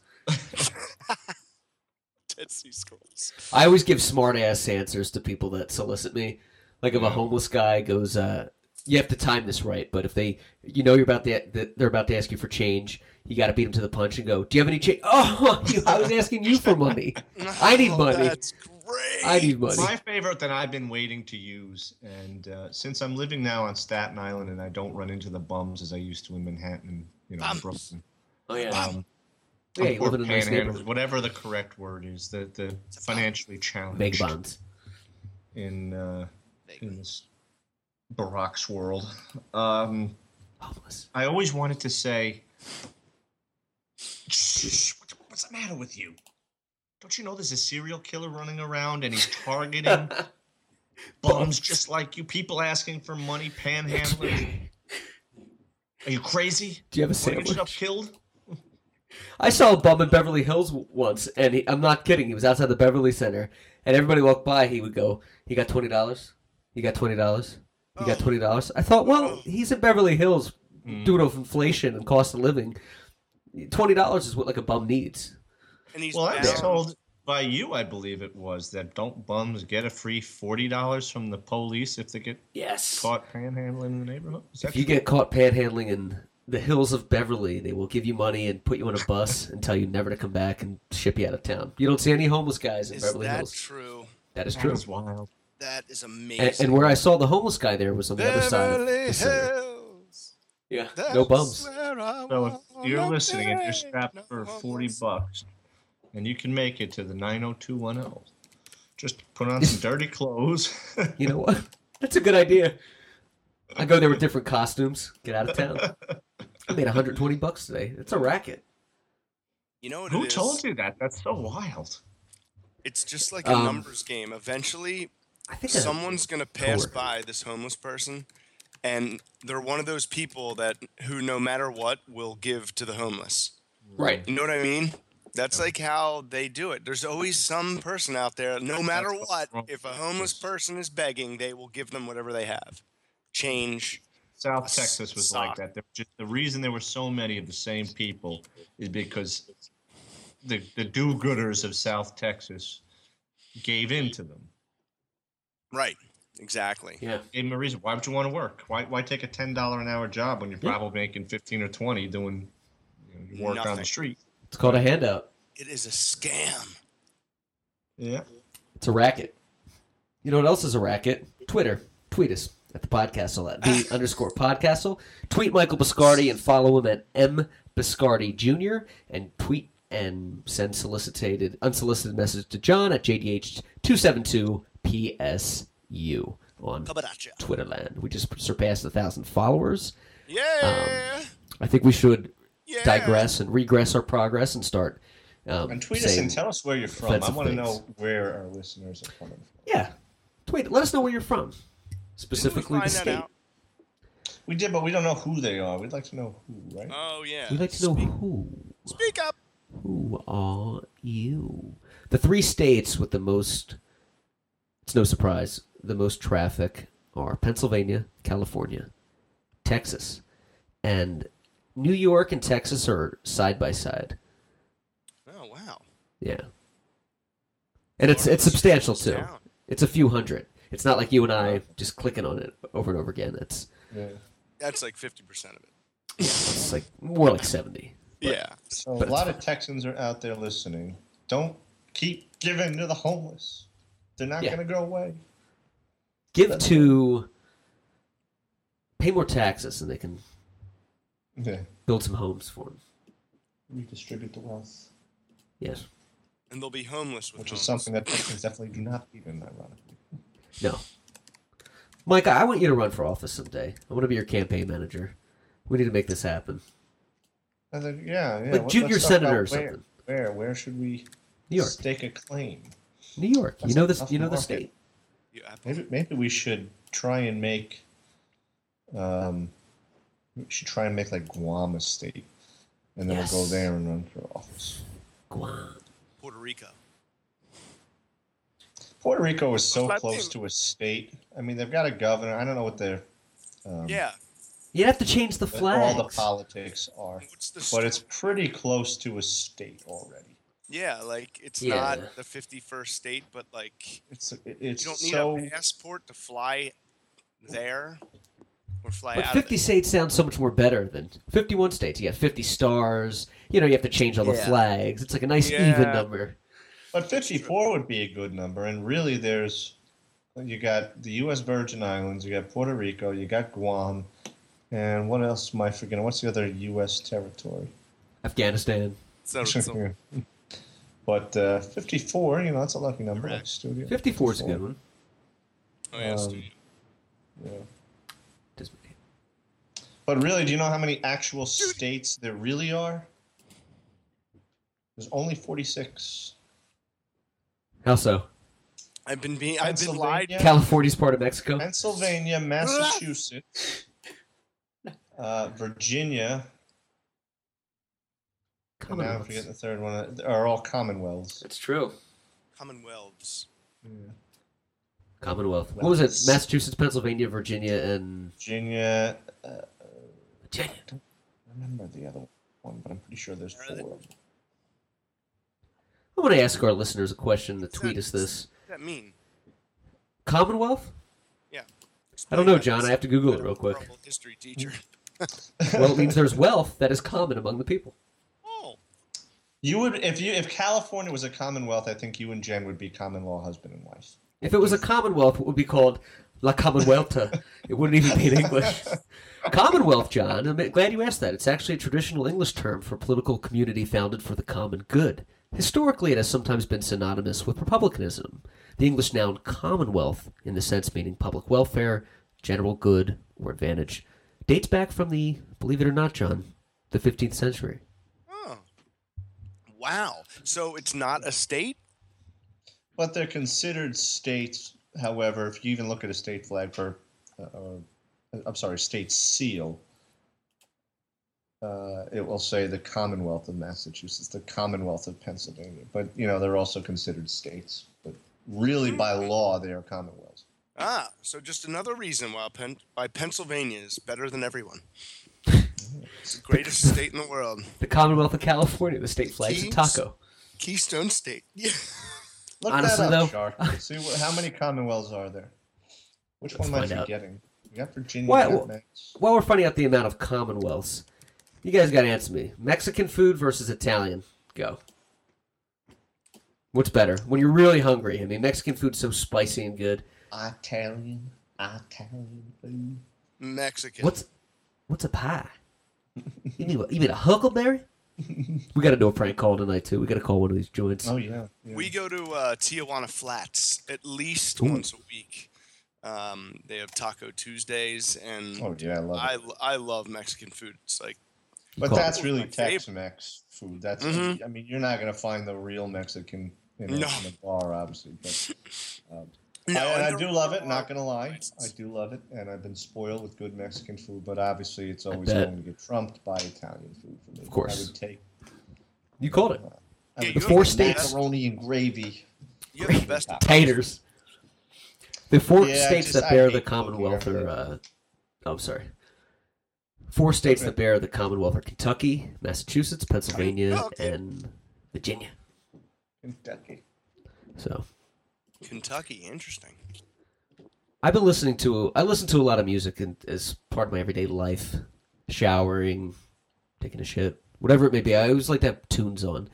Speaker 6: Dead Sea Scrolls.
Speaker 4: I always give smart ass answers to people that solicit me. Like if a homeless guy goes, uh, "You have to time this right," but if they, you know, you're about to, that they're about to ask you for change, you got to beat them to the punch and go, "Do you have any change?" *laughs* Oh, I was asking you for
Speaker 6: *laughs*
Speaker 4: money. I need
Speaker 6: Oh,
Speaker 4: money.
Speaker 6: That's great.
Speaker 4: I need money.
Speaker 5: My favorite that I've been waiting to use, and uh, since I'm living now on Staten Island and I don't run into the bums as I used to in Manhattan and you know
Speaker 6: Bums.
Speaker 5: Brooklyn,
Speaker 4: Oh yeah.
Speaker 5: um,
Speaker 4: yeah, you
Speaker 5: or
Speaker 4: live in a nice
Speaker 5: panhandlers,
Speaker 4: neighborhood.
Speaker 5: whatever the correct word is, the the financially challenged
Speaker 4: Big bonds.
Speaker 5: in uh, in this Barack's world. Um,
Speaker 4: Homeless.
Speaker 5: I always wanted to say, "Shh, what- what's the matter with you? Don't you know there's a serial killer running around and he's
Speaker 4: *laughs*
Speaker 5: targeting bums just like you? People asking for money, panhandlers. Are you crazy?
Speaker 4: *laughs* Do you have a
Speaker 5: Want to get yourself
Speaker 4: sandwich?
Speaker 5: killed?
Speaker 4: I saw a bum in Beverly Hills w- once, and he, I'm not kidding. He was outside the Beverly Center, and everybody walked by. He would go, "You got twenty dollars? You got twenty dollars? You got twenty dollars?" I thought, well, he's in Beverly Hills
Speaker 5: Mm.
Speaker 4: due to inflation and cost of living. Twenty dollars is what like a bum needs.
Speaker 6: And he's
Speaker 5: Well, I was
Speaker 6: bound.
Speaker 5: told by you, I believe it was, that don't bums get a free forty dollars from the police if they get
Speaker 4: Yes.
Speaker 5: caught panhandling in the neighborhood? Is that
Speaker 4: If you
Speaker 5: true?
Speaker 4: get caught panhandling in the hills of Beverly, they will give you money and put you on a
Speaker 5: *laughs*
Speaker 4: bus and tell you never to come back and ship you out of town. You don't see any homeless guys in
Speaker 6: Is
Speaker 4: Beverly
Speaker 6: that
Speaker 4: Hills.
Speaker 6: true?
Speaker 4: that is
Speaker 5: That
Speaker 4: true.
Speaker 5: is wild.
Speaker 6: That is amazing.
Speaker 4: and, and where I saw the homeless guy there was on the other side. Of
Speaker 6: Beverly
Speaker 4: the center.
Speaker 6: Hills.
Speaker 4: Yeah.
Speaker 6: That's
Speaker 4: No bums.
Speaker 6: where I
Speaker 5: So if you're
Speaker 6: wanna
Speaker 5: listening and you're
Speaker 6: be.
Speaker 5: strapped
Speaker 6: No
Speaker 5: for
Speaker 6: one
Speaker 5: forty
Speaker 6: wants-
Speaker 5: bucks, and you can make it to the nine hundred two one zero, just put on some dirty clothes. *laughs*
Speaker 4: You know what? *laughs* That's a good idea. I go there with different costumes. Get out of town. I made 120 bucks today. It's a racket.
Speaker 6: You know what
Speaker 5: Who
Speaker 6: it is?
Speaker 5: told you that? That's so wild.
Speaker 6: It's just like a
Speaker 4: Um,
Speaker 6: numbers game. Eventually,
Speaker 4: I think I-
Speaker 6: someone's gonna pass
Speaker 4: coworker.
Speaker 6: by this homeless person, and they're one of those people that who, no matter what, will give to the homeless.
Speaker 4: right.
Speaker 6: You know what I mean? That's like how they do it. There's always some person out there, no matter
Speaker 5: what's
Speaker 6: what,
Speaker 5: wrong
Speaker 6: if a
Speaker 5: with
Speaker 6: homeless person is begging, they will give them whatever they have. Change,
Speaker 5: South Texas was
Speaker 6: Suck.
Speaker 5: like that. There were just, the reason there were so many of the same people is because the the do-gooders of South Texas gave in to them.
Speaker 6: Right. Exactly.
Speaker 4: Yeah.
Speaker 5: Gave them a reason. Why would you want to work? Why why take a ten dollar an hour job when you're
Speaker 4: Yeah.
Speaker 5: probably making fifteen or twenty doing you know, your work on
Speaker 6: Nothing.
Speaker 5: the street?
Speaker 4: It's called a handout.
Speaker 6: It is a scam.
Speaker 5: Yeah.
Speaker 4: It's a racket. You know what else is a racket? Twitter. Tweet us at the podcastle at
Speaker 6: *laughs*
Speaker 4: the underscore podcastle. Tweet Michael Biscardi and follow him at M Biscardi Jr. and tweet and send solicited unsolicited message to John at JDH272PSU on
Speaker 6: Kabadacha.
Speaker 4: Twitterland. We just surpassed a thousand followers.
Speaker 6: Yeah.
Speaker 4: I think we should
Speaker 6: yeah.
Speaker 4: Um, digress and regress our progress and start. Um,
Speaker 5: And tweet us
Speaker 4: saying-
Speaker 5: and tell us where you're from. I
Speaker 4: offensive
Speaker 5: want to
Speaker 4: things.
Speaker 5: know where our listeners are coming from.
Speaker 4: Yeah, tweet. Let us know where you're from,
Speaker 6: Didn't we
Speaker 4: specifically the
Speaker 6: find that
Speaker 4: state.
Speaker 6: out?
Speaker 5: We did, but we don't know who they are. We'd like to know who, right?
Speaker 6: Oh yeah.
Speaker 4: We'd like to know
Speaker 6: Speak,
Speaker 4: who.
Speaker 6: speak up.
Speaker 4: Who are you? The three states with the most. It's no surprise. The most traffic are Pennsylvania, California, Texas, and New York and Texas are side by side.
Speaker 6: Oh wow.
Speaker 4: Yeah. And it's it's substantial too.
Speaker 6: Down.
Speaker 4: It's a few hundred. It's not like you and I just clicking on it over and over again. It's
Speaker 5: Yeah.
Speaker 6: That's like fifty percent of it.
Speaker 4: it's like more like seventy.
Speaker 6: Yeah.
Speaker 5: So a lot of Texans are out there listening. Don't keep giving to the homeless. They're not
Speaker 4: Yeah.
Speaker 5: going to go away.
Speaker 4: Give to pay more taxes and they can
Speaker 5: Yeah.
Speaker 4: build some homes for them.
Speaker 5: Redistribute the wealth,
Speaker 4: Yes.
Speaker 6: And they'll be homeless with
Speaker 5: which is
Speaker 6: homes.
Speaker 5: something that Texans definitely do not believe in, ironically.
Speaker 4: No. Micah, I want you to run for office someday. I want to be your campaign manager. We need to make this happen.
Speaker 5: I was like, yeah, yeah.
Speaker 4: Like
Speaker 5: what-
Speaker 4: junior
Speaker 5: let's talk
Speaker 4: senator
Speaker 5: about
Speaker 4: or
Speaker 5: where,
Speaker 4: something.
Speaker 5: Where, where should we
Speaker 4: New York.
Speaker 5: stake a claim?
Speaker 4: New York. You
Speaker 5: That's
Speaker 4: know
Speaker 5: a
Speaker 4: this
Speaker 5: tough
Speaker 4: you know the
Speaker 5: market.
Speaker 4: state.
Speaker 6: You apple-
Speaker 5: Maybe, maybe we should try and make, um, we should try and make like Guam a state, and then we'll go
Speaker 4: Yes.
Speaker 5: there and run for office.
Speaker 4: Guam.
Speaker 6: Puerto Rico.
Speaker 5: Puerto Rico is so
Speaker 6: That's my
Speaker 5: close
Speaker 6: favorite.
Speaker 5: to a state. I mean, they've got a governor. I don't know what their um,
Speaker 6: Yeah.
Speaker 4: You'd have to change the
Speaker 5: what all
Speaker 4: flags.
Speaker 5: the politics are,
Speaker 6: What's the
Speaker 5: but
Speaker 6: story?
Speaker 5: it's pretty close to a state already.
Speaker 6: Yeah, like it's
Speaker 4: Yeah.
Speaker 6: not the fifty-first state, but like
Speaker 5: It's it's
Speaker 6: you don't need
Speaker 5: so
Speaker 6: a passport to fly there or fly
Speaker 4: But
Speaker 6: out.
Speaker 4: 50
Speaker 6: of
Speaker 4: states sounds so much more better than 51 states. You got 50 stars. You know, you have to change all the
Speaker 6: Yeah.
Speaker 4: flags. It's like a nice even
Speaker 6: Yeah.
Speaker 4: number.
Speaker 5: But 54 would be a good number. And really, there's you got the U.S. Virgin Islands, you got Puerto Rico, you got Guam, and what else am I forgetting? What's the other U.S. territory?
Speaker 4: Afghanistan.
Speaker 6: it. So,
Speaker 5: *laughs*
Speaker 6: so,
Speaker 5: but uh, 54, you know, that's a lucky number. Like
Speaker 6: Correct.
Speaker 5: studio.
Speaker 4: 54 is a good one.
Speaker 6: oh, yeah, it's
Speaker 5: Um,
Speaker 6: too-
Speaker 5: Yeah.
Speaker 4: Just-
Speaker 5: But really, do you know how many actual states there really are? There's only 46.
Speaker 4: How so?
Speaker 6: I've been being I've been lied
Speaker 5: Pennsylvania.
Speaker 4: California's part of Mexico?
Speaker 5: Pennsylvania, Massachusetts, uh, Virginia, and now I
Speaker 4: Commonwealths.
Speaker 5: forget the third one, are all Commonwealths.
Speaker 4: That's true.
Speaker 6: Commonwealths.
Speaker 4: Commonwealth. What was it? Massachusetts, Pennsylvania, Virginia, and
Speaker 5: Virginia, uh,
Speaker 4: Virginia.
Speaker 5: I remember the other one, but I'm pretty sure there's
Speaker 6: Are they-
Speaker 5: four. of them.
Speaker 4: I want to ask our listeners a question to tweet us this.
Speaker 6: What does that mean?
Speaker 4: Commonwealth?
Speaker 6: Yeah.
Speaker 4: I don't know, John. I have to Google it real quick.
Speaker 6: Horrible history teacher.
Speaker 4: Well, it means there's wealth that is common among the people.
Speaker 6: Oh,
Speaker 5: You would, if you, if California was a Commonwealth, I think you and Jen would be common law husband and wife.
Speaker 4: If it was a Commonwealth, it would be called La Commonwealta. it wouldn't even be in English. Commonwealth, John. I'm glad you asked that. It's actually a traditional English term for a political community founded for the common good. Historically, it has sometimes been synonymous with republicanism. The English noun commonwealth, in the sense meaning public welfare, general good, or advantage, dates back from the, believe it or not, John, the 15th century.
Speaker 6: oh. Wow. So it's not a state?
Speaker 5: But they're considered states. However, if you even look at a state flag for, uh, or I'm sorry, state seal, uh, it will say the Commonwealth of Massachusetts, the Commonwealth of Pennsylvania. But you know they're also considered states. But really, by law, they are commonwealths.
Speaker 6: Ah, so just another reason why, Pen- why Pennsylvania is better
Speaker 4: *laughs*
Speaker 6: than everyone. It's the greatest state in the world.
Speaker 4: The Commonwealth of California, the state flag's a
Speaker 6: Jeez.
Speaker 4: taco.
Speaker 6: Keystone State. *laughs* Yeah.
Speaker 5: Look
Speaker 4: Honestly,
Speaker 5: that
Speaker 4: though-
Speaker 5: up, Char. *laughs* See what, how many Commonwealths are there. Which one am I
Speaker 4: find out.
Speaker 5: forgetting? We got Virginia.
Speaker 4: What-
Speaker 5: we got Mass.
Speaker 4: While we're finding out the amount of Commonwealths, you guys got to answer me. Mexican food versus Italian. Go. What's better? When you're really hungry. I mean, Mexican food's so spicy and good.
Speaker 5: Italian, Italian food.
Speaker 6: Mexican.
Speaker 4: What's what's a pie? You mean, what- you mean a huckleberry? we got to do a prank call tonight, too. We got to call one of these joints.
Speaker 5: Oh yeah. yeah.
Speaker 6: We go to uh, Tijuana Flats at least once a week. Um, they have Taco Tuesdays, and
Speaker 5: oh yeah, I love it.
Speaker 6: I, I love Mexican food. It's like
Speaker 5: But
Speaker 4: Cool.
Speaker 5: that's really
Speaker 6: My favorite.
Speaker 5: Tex-Mex food. That's
Speaker 6: Mhm.
Speaker 5: I mean, you're not gonna find the real Mexican you know,
Speaker 6: No.
Speaker 5: in the bar, obviously. But um,
Speaker 6: No,
Speaker 5: I, and I
Speaker 6: and
Speaker 5: do
Speaker 6: the-
Speaker 5: love it. Not gonna lie, I do love it, and I've been spoiled with good Mexican food. But obviously, it's always
Speaker 4: bet.
Speaker 5: going to get trumped by Italian food for me. Of
Speaker 4: course.
Speaker 5: I would take
Speaker 4: You called it.
Speaker 5: I
Speaker 6: Yeah,
Speaker 5: would
Speaker 6: you
Speaker 5: take
Speaker 4: four
Speaker 5: the
Speaker 4: states.
Speaker 5: macaroni and gravy.
Speaker 6: you have the best.
Speaker 4: Taters. The four
Speaker 5: Yeah, I
Speaker 4: states
Speaker 5: just-
Speaker 4: that
Speaker 5: I
Speaker 4: bear
Speaker 5: hate
Speaker 4: the
Speaker 5: cooking
Speaker 4: Commonwealth
Speaker 5: everything.
Speaker 4: are. Uh, oh, I'm sorry. Four states that bear the Commonwealth are Kentucky, Massachusetts, Pennsylvania,
Speaker 6: Oh, okay.
Speaker 4: and Virginia.
Speaker 5: Kentucky.
Speaker 4: So
Speaker 6: Kentucky, interesting.
Speaker 4: I've been listening to I listen to a lot of music in, as part of my everyday life, showering, taking a shit, whatever it may be. I always like to have tunes on,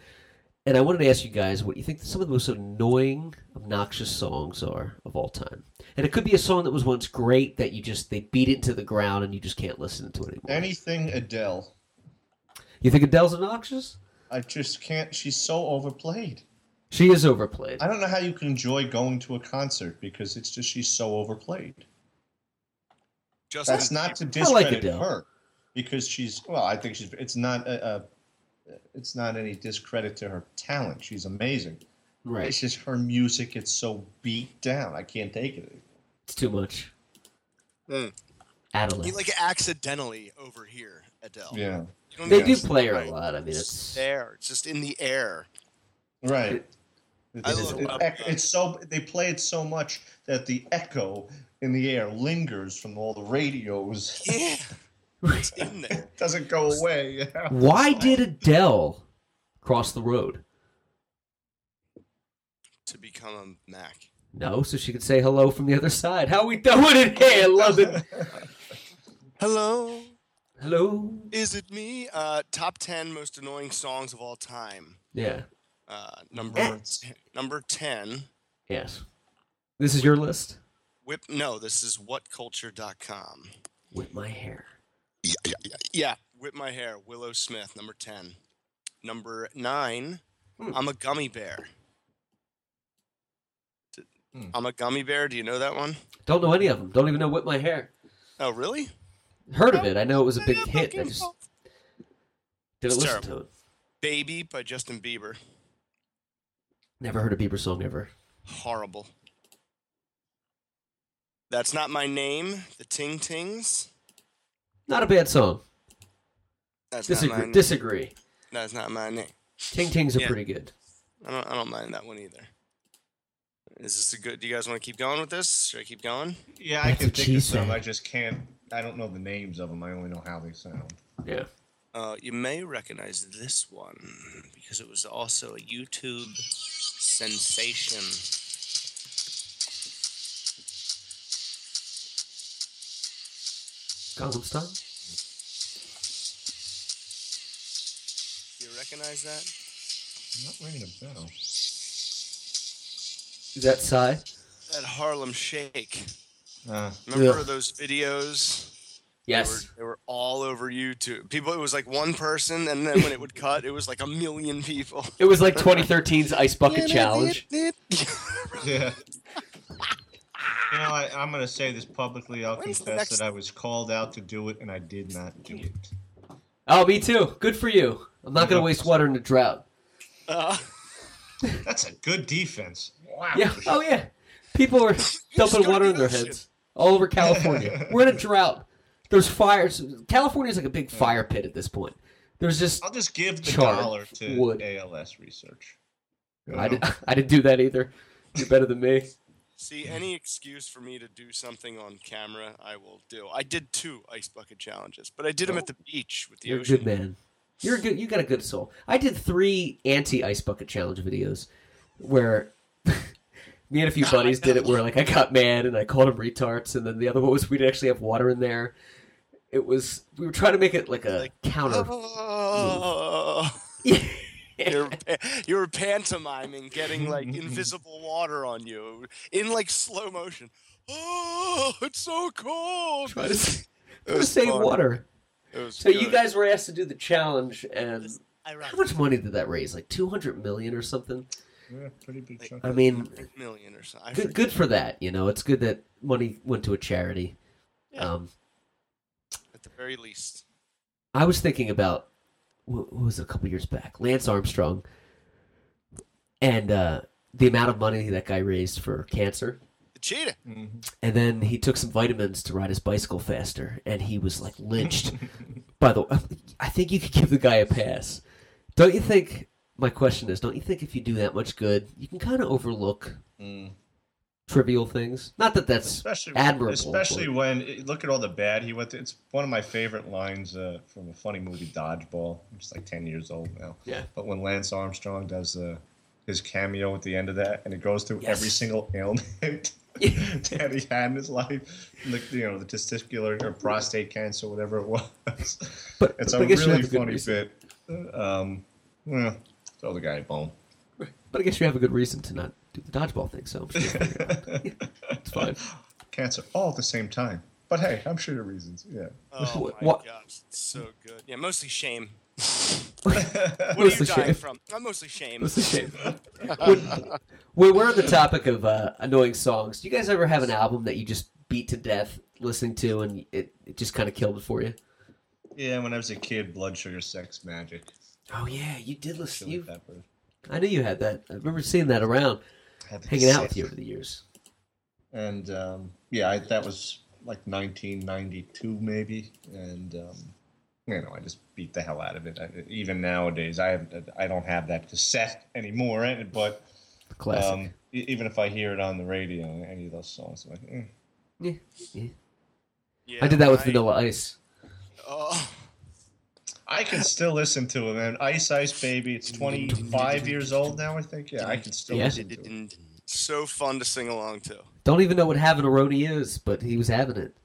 Speaker 4: and I wanted to ask you guys what you think some of the most annoying, obnoxious songs are of all time. And it could be a song that was once great that you just they beat it to the ground and you just can't listen to it anymore.
Speaker 5: Anything Adele.
Speaker 4: You think Adele's obnoxious?
Speaker 5: I just can't. She's so overplayed.
Speaker 4: She is overplayed.
Speaker 5: I don't know how you can enjoy going to a concert because it's just she's so overplayed.
Speaker 6: Justin,
Speaker 5: That's not
Speaker 4: I
Speaker 5: to
Speaker 4: like
Speaker 5: discredit
Speaker 4: Adele.
Speaker 5: her, because she's well. I think she's. It's not a, a. It's not any discredit to her talent. She's amazing.
Speaker 4: right,
Speaker 5: It's just her music. It's so beat down. I can't take it.
Speaker 4: it's too much.
Speaker 6: Mm.
Speaker 4: Adelaide.
Speaker 6: You like accidentally overhear Adele.
Speaker 5: Yeah.
Speaker 6: You don't
Speaker 4: they
Speaker 6: even
Speaker 4: do
Speaker 6: listen
Speaker 4: play her
Speaker 6: right.
Speaker 4: a lot. I mean,
Speaker 6: It's just
Speaker 4: it's
Speaker 6: there. It's just in the air.
Speaker 5: Right.
Speaker 6: I
Speaker 5: It's,
Speaker 6: love-
Speaker 5: it ec- it's so they play it so much that the echo in the air lingers from all the radios.
Speaker 6: Yeah. It's *laughs* in there.
Speaker 5: It doesn't go away. you know?
Speaker 4: Why did Adele cross the road?
Speaker 6: to become a Mac.
Speaker 4: No, so she could say hello from the other side. How we doing it here, London?
Speaker 6: Hello,
Speaker 4: hello.
Speaker 6: is it me? Uh, top ten most annoying songs of all time.
Speaker 4: Yeah.
Speaker 6: Uh, number t- number ten.
Speaker 4: Yes. This is your list.
Speaker 6: Whip. No, this is whatculture.com.
Speaker 4: With my hair.
Speaker 6: Yeah, yeah, yeah. yeah. Whip my hair. Willow Smith. Number ten. Number nine.
Speaker 4: Hmm.
Speaker 6: I'm a gummy bear. D-
Speaker 4: Hmm.
Speaker 6: I'm a gummy bear. Do you know that one?
Speaker 4: Don't know any of them. Don't even know whip my hair.
Speaker 6: Oh, really?
Speaker 4: Heard of it? I know it was a big hit. I just didn't
Speaker 6: It's
Speaker 4: listen to
Speaker 6: terrible.
Speaker 4: it.
Speaker 6: Baby by Justin Bieber.
Speaker 4: Never heard a Bieber song ever.
Speaker 6: Horrible. That's not my name. The Ting Tings.
Speaker 4: Not a bad song.
Speaker 6: That's not my
Speaker 4: Disagree.
Speaker 6: name.
Speaker 4: Disagree.
Speaker 6: That's not my name.
Speaker 4: Ting Tings are
Speaker 6: Yeah.
Speaker 4: pretty good.
Speaker 6: I don't. I don't mind that one either. Is this a good? Do you guys want to keep going with this? Should I keep going?
Speaker 5: Yeah, I
Speaker 4: That's
Speaker 5: can
Speaker 4: what
Speaker 5: think
Speaker 4: she
Speaker 5: of some.
Speaker 4: said.
Speaker 5: I just can't. I don't know the names of them. I only know how they sound.
Speaker 4: Yeah.
Speaker 6: Uh, you may recognize this one because it was also a YouTube sensation.
Speaker 4: Gotham Style?
Speaker 6: Do you recognize that?
Speaker 5: I'm not ringing a bell.
Speaker 4: Is that Psy?
Speaker 6: That Harlem Shake.
Speaker 5: Uh,
Speaker 6: Remember
Speaker 4: Ugh.
Speaker 6: those videos? They were,
Speaker 4: Yes.
Speaker 6: they were all over YouTube. People, it was like one person, and then when it would cut, it was like a million people.
Speaker 4: It was like 2013's Ice Bucket Challenge.
Speaker 5: yeah. You know, I, I'm going to say this publicly. I'll
Speaker 6: When's the
Speaker 5: confess
Speaker 6: next-
Speaker 5: that I was called out to do it, and I did not do it.
Speaker 4: Oh, me too. Good for you. I'm not going to waste water in a drought.
Speaker 6: *laughs* Uh,
Speaker 5: That's a good defense. Wow.
Speaker 4: Yeah. Oh yeah. People are dumping
Speaker 6: gotta
Speaker 4: water
Speaker 6: do
Speaker 4: in their
Speaker 6: that shit.
Speaker 4: heads all over California. We're in a drought. There's fires. California's like a big fire pit at this point. There's just
Speaker 5: I'll just give the
Speaker 4: Chart
Speaker 5: dollar to
Speaker 4: would.
Speaker 5: ALS research. You
Speaker 4: I, *laughs*
Speaker 5: know?
Speaker 4: did, I didn't do that either. You're better than me.
Speaker 6: See, any excuse for me to do something on camera, I will do. I did two ice bucket challenges, but I did them at the beach with
Speaker 4: Oh.
Speaker 6: the
Speaker 4: You're a
Speaker 6: ocean.
Speaker 4: good man. You're a good. You got a good soul. I did three anti ice bucket challenge videos where *laughs* me and a
Speaker 6: *laughs*
Speaker 4: few buddies did it. Where like I got mad and I called them retards, and then the other one was we did actually have water in there. It was we were trying to make it like a
Speaker 6: Like,
Speaker 4: counter.
Speaker 6: Oh. *laughs* You're, pa- you're pantomiming, getting
Speaker 4: *laughs*
Speaker 6: like invisible water on you in like slow motion. Oh, it's so cold.
Speaker 4: Try to, s- try to
Speaker 6: was
Speaker 4: save
Speaker 6: fun.
Speaker 4: water.
Speaker 6: It was
Speaker 4: So you
Speaker 6: good.
Speaker 4: guys were asked to do the challenge, and how
Speaker 6: ironic.
Speaker 4: much money did that raise? Like two hundred million or something.
Speaker 5: Yeah, pretty big chunk.
Speaker 4: I mean,
Speaker 6: million or something. I
Speaker 4: good,
Speaker 6: forget.
Speaker 4: good for that. You know, it's good that money went to a charity. Um,
Speaker 6: At the very least,
Speaker 4: I was thinking about what what was it, a couple years back, Lance Armstrong, and uh, the amount of money that guy raised for cancer,
Speaker 6: the cheetah.
Speaker 4: and then he took some vitamins to ride his bicycle faster, and he was like lynched. By the way, I think you could give the guy a pass, don't you think? My question is, don't you think if you do that much good, you can kind of overlook trivial things? Not that that's
Speaker 5: Especially,
Speaker 4: admirable.
Speaker 5: especially
Speaker 4: but-
Speaker 5: when it- look at all the bad he went through. It's one of my favorite lines uh, from a funny movie, Dodgeball. I'm just like ten years old now.
Speaker 4: Yeah.
Speaker 5: But when Lance Armstrong does uh, his cameo at the end of that, and it goes through every
Speaker 4: Yes.
Speaker 5: single ailment *laughs* that he had in his life, and the, you know, the testicular or prostate cancer, whatever it was.
Speaker 4: But-
Speaker 5: *laughs*
Speaker 4: but
Speaker 5: it's a
Speaker 4: I guess you have a
Speaker 5: really
Speaker 4: good
Speaker 5: funny
Speaker 4: reason.
Speaker 5: bit. Um, well, throw the guy
Speaker 4: *laughs*
Speaker 5: a bone.
Speaker 4: But I guess you have a good reason to not do the dodgeball thing, so I'm sure it's fine.
Speaker 5: *laughs* Cancer all at the same time. But hey, I'm sure the reasons. Yeah.
Speaker 6: Oh
Speaker 4: Wh-
Speaker 6: my
Speaker 4: what-
Speaker 6: gosh, it's so good. Yeah, mostly
Speaker 4: *laughs*
Speaker 6: shame.
Speaker 4: What
Speaker 6: What are you dying from? I'm mostly shame.
Speaker 4: *laughs* Well, we're on the topic of uh, annoying songs. Do you guys ever have an album that you just beat to death listening to and it, it just kind of killed it for you?
Speaker 5: Yeah, when I was a kid, Blood Sugar Sex Magic.
Speaker 4: Oh, yeah, you did listen.
Speaker 5: Chili
Speaker 4: You,
Speaker 5: Pepper.
Speaker 4: I knew you had that. I remember seeing that around,
Speaker 5: I had the
Speaker 4: hanging out with
Speaker 5: cassette.
Speaker 4: you over the years.
Speaker 5: And um, yeah, I, that was like 1992 maybe. And um, you know, I just beat the hell out of it. I, even nowadays, I have I don't have that cassette anymore. and- But
Speaker 4: Classic.
Speaker 5: um, e- even if I hear it on the radio, any of those songs, I'm like, eh.
Speaker 4: yeah, yeah.
Speaker 6: Yeah,
Speaker 4: I did that with
Speaker 6: I-
Speaker 4: Vanilla Ice.
Speaker 6: Oh,
Speaker 5: I can still listen to it, man. Ice Ice Baby. It's 25 years old now, I think. Yeah, I can still
Speaker 4: Yeah.
Speaker 5: listen to it.
Speaker 6: so fun to sing along to. *laughs*
Speaker 4: Don't even know what having a Roni is, but he was having it.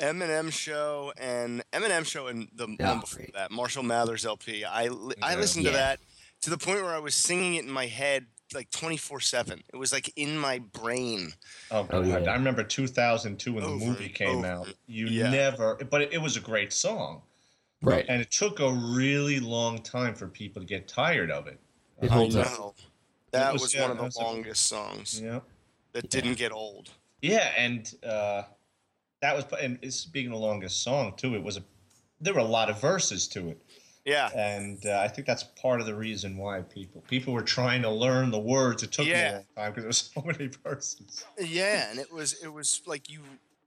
Speaker 6: Eminem show and Eminem show and the
Speaker 4: Yeah,
Speaker 6: one before
Speaker 4: great.
Speaker 6: that Marshall Mathers LP. I li- I
Speaker 5: Yeah.
Speaker 6: listened
Speaker 4: Yeah.
Speaker 6: to that to the point where I was singing it in my head like 24 seven. It was like in my brain.
Speaker 5: Oh, God.
Speaker 4: yeah.
Speaker 5: I remember 2002 when
Speaker 6: Over
Speaker 5: the movie
Speaker 6: and
Speaker 5: came
Speaker 6: over.
Speaker 5: out. You
Speaker 6: Yeah.
Speaker 5: never, but it, it was a great song.
Speaker 4: Right.
Speaker 5: And it took a really long time for people to get tired of it.
Speaker 4: It
Speaker 6: I
Speaker 4: holds up.
Speaker 6: know. That
Speaker 5: was-
Speaker 6: was,
Speaker 5: yeah,
Speaker 6: one of
Speaker 5: that was
Speaker 6: the
Speaker 5: a-
Speaker 6: longest songs
Speaker 5: Yeah.
Speaker 6: that didn't get old.
Speaker 5: Yeah. And uh, that was, and it's being the longest song, too. It was a, there were a lot of verses to it.
Speaker 6: Yeah.
Speaker 5: And uh, I think that's part of the reason why people people were trying to learn the words. It took me a
Speaker 6: Yeah.
Speaker 5: long time because there was so *laughs* many verses.
Speaker 6: Yeah, and it was it was like you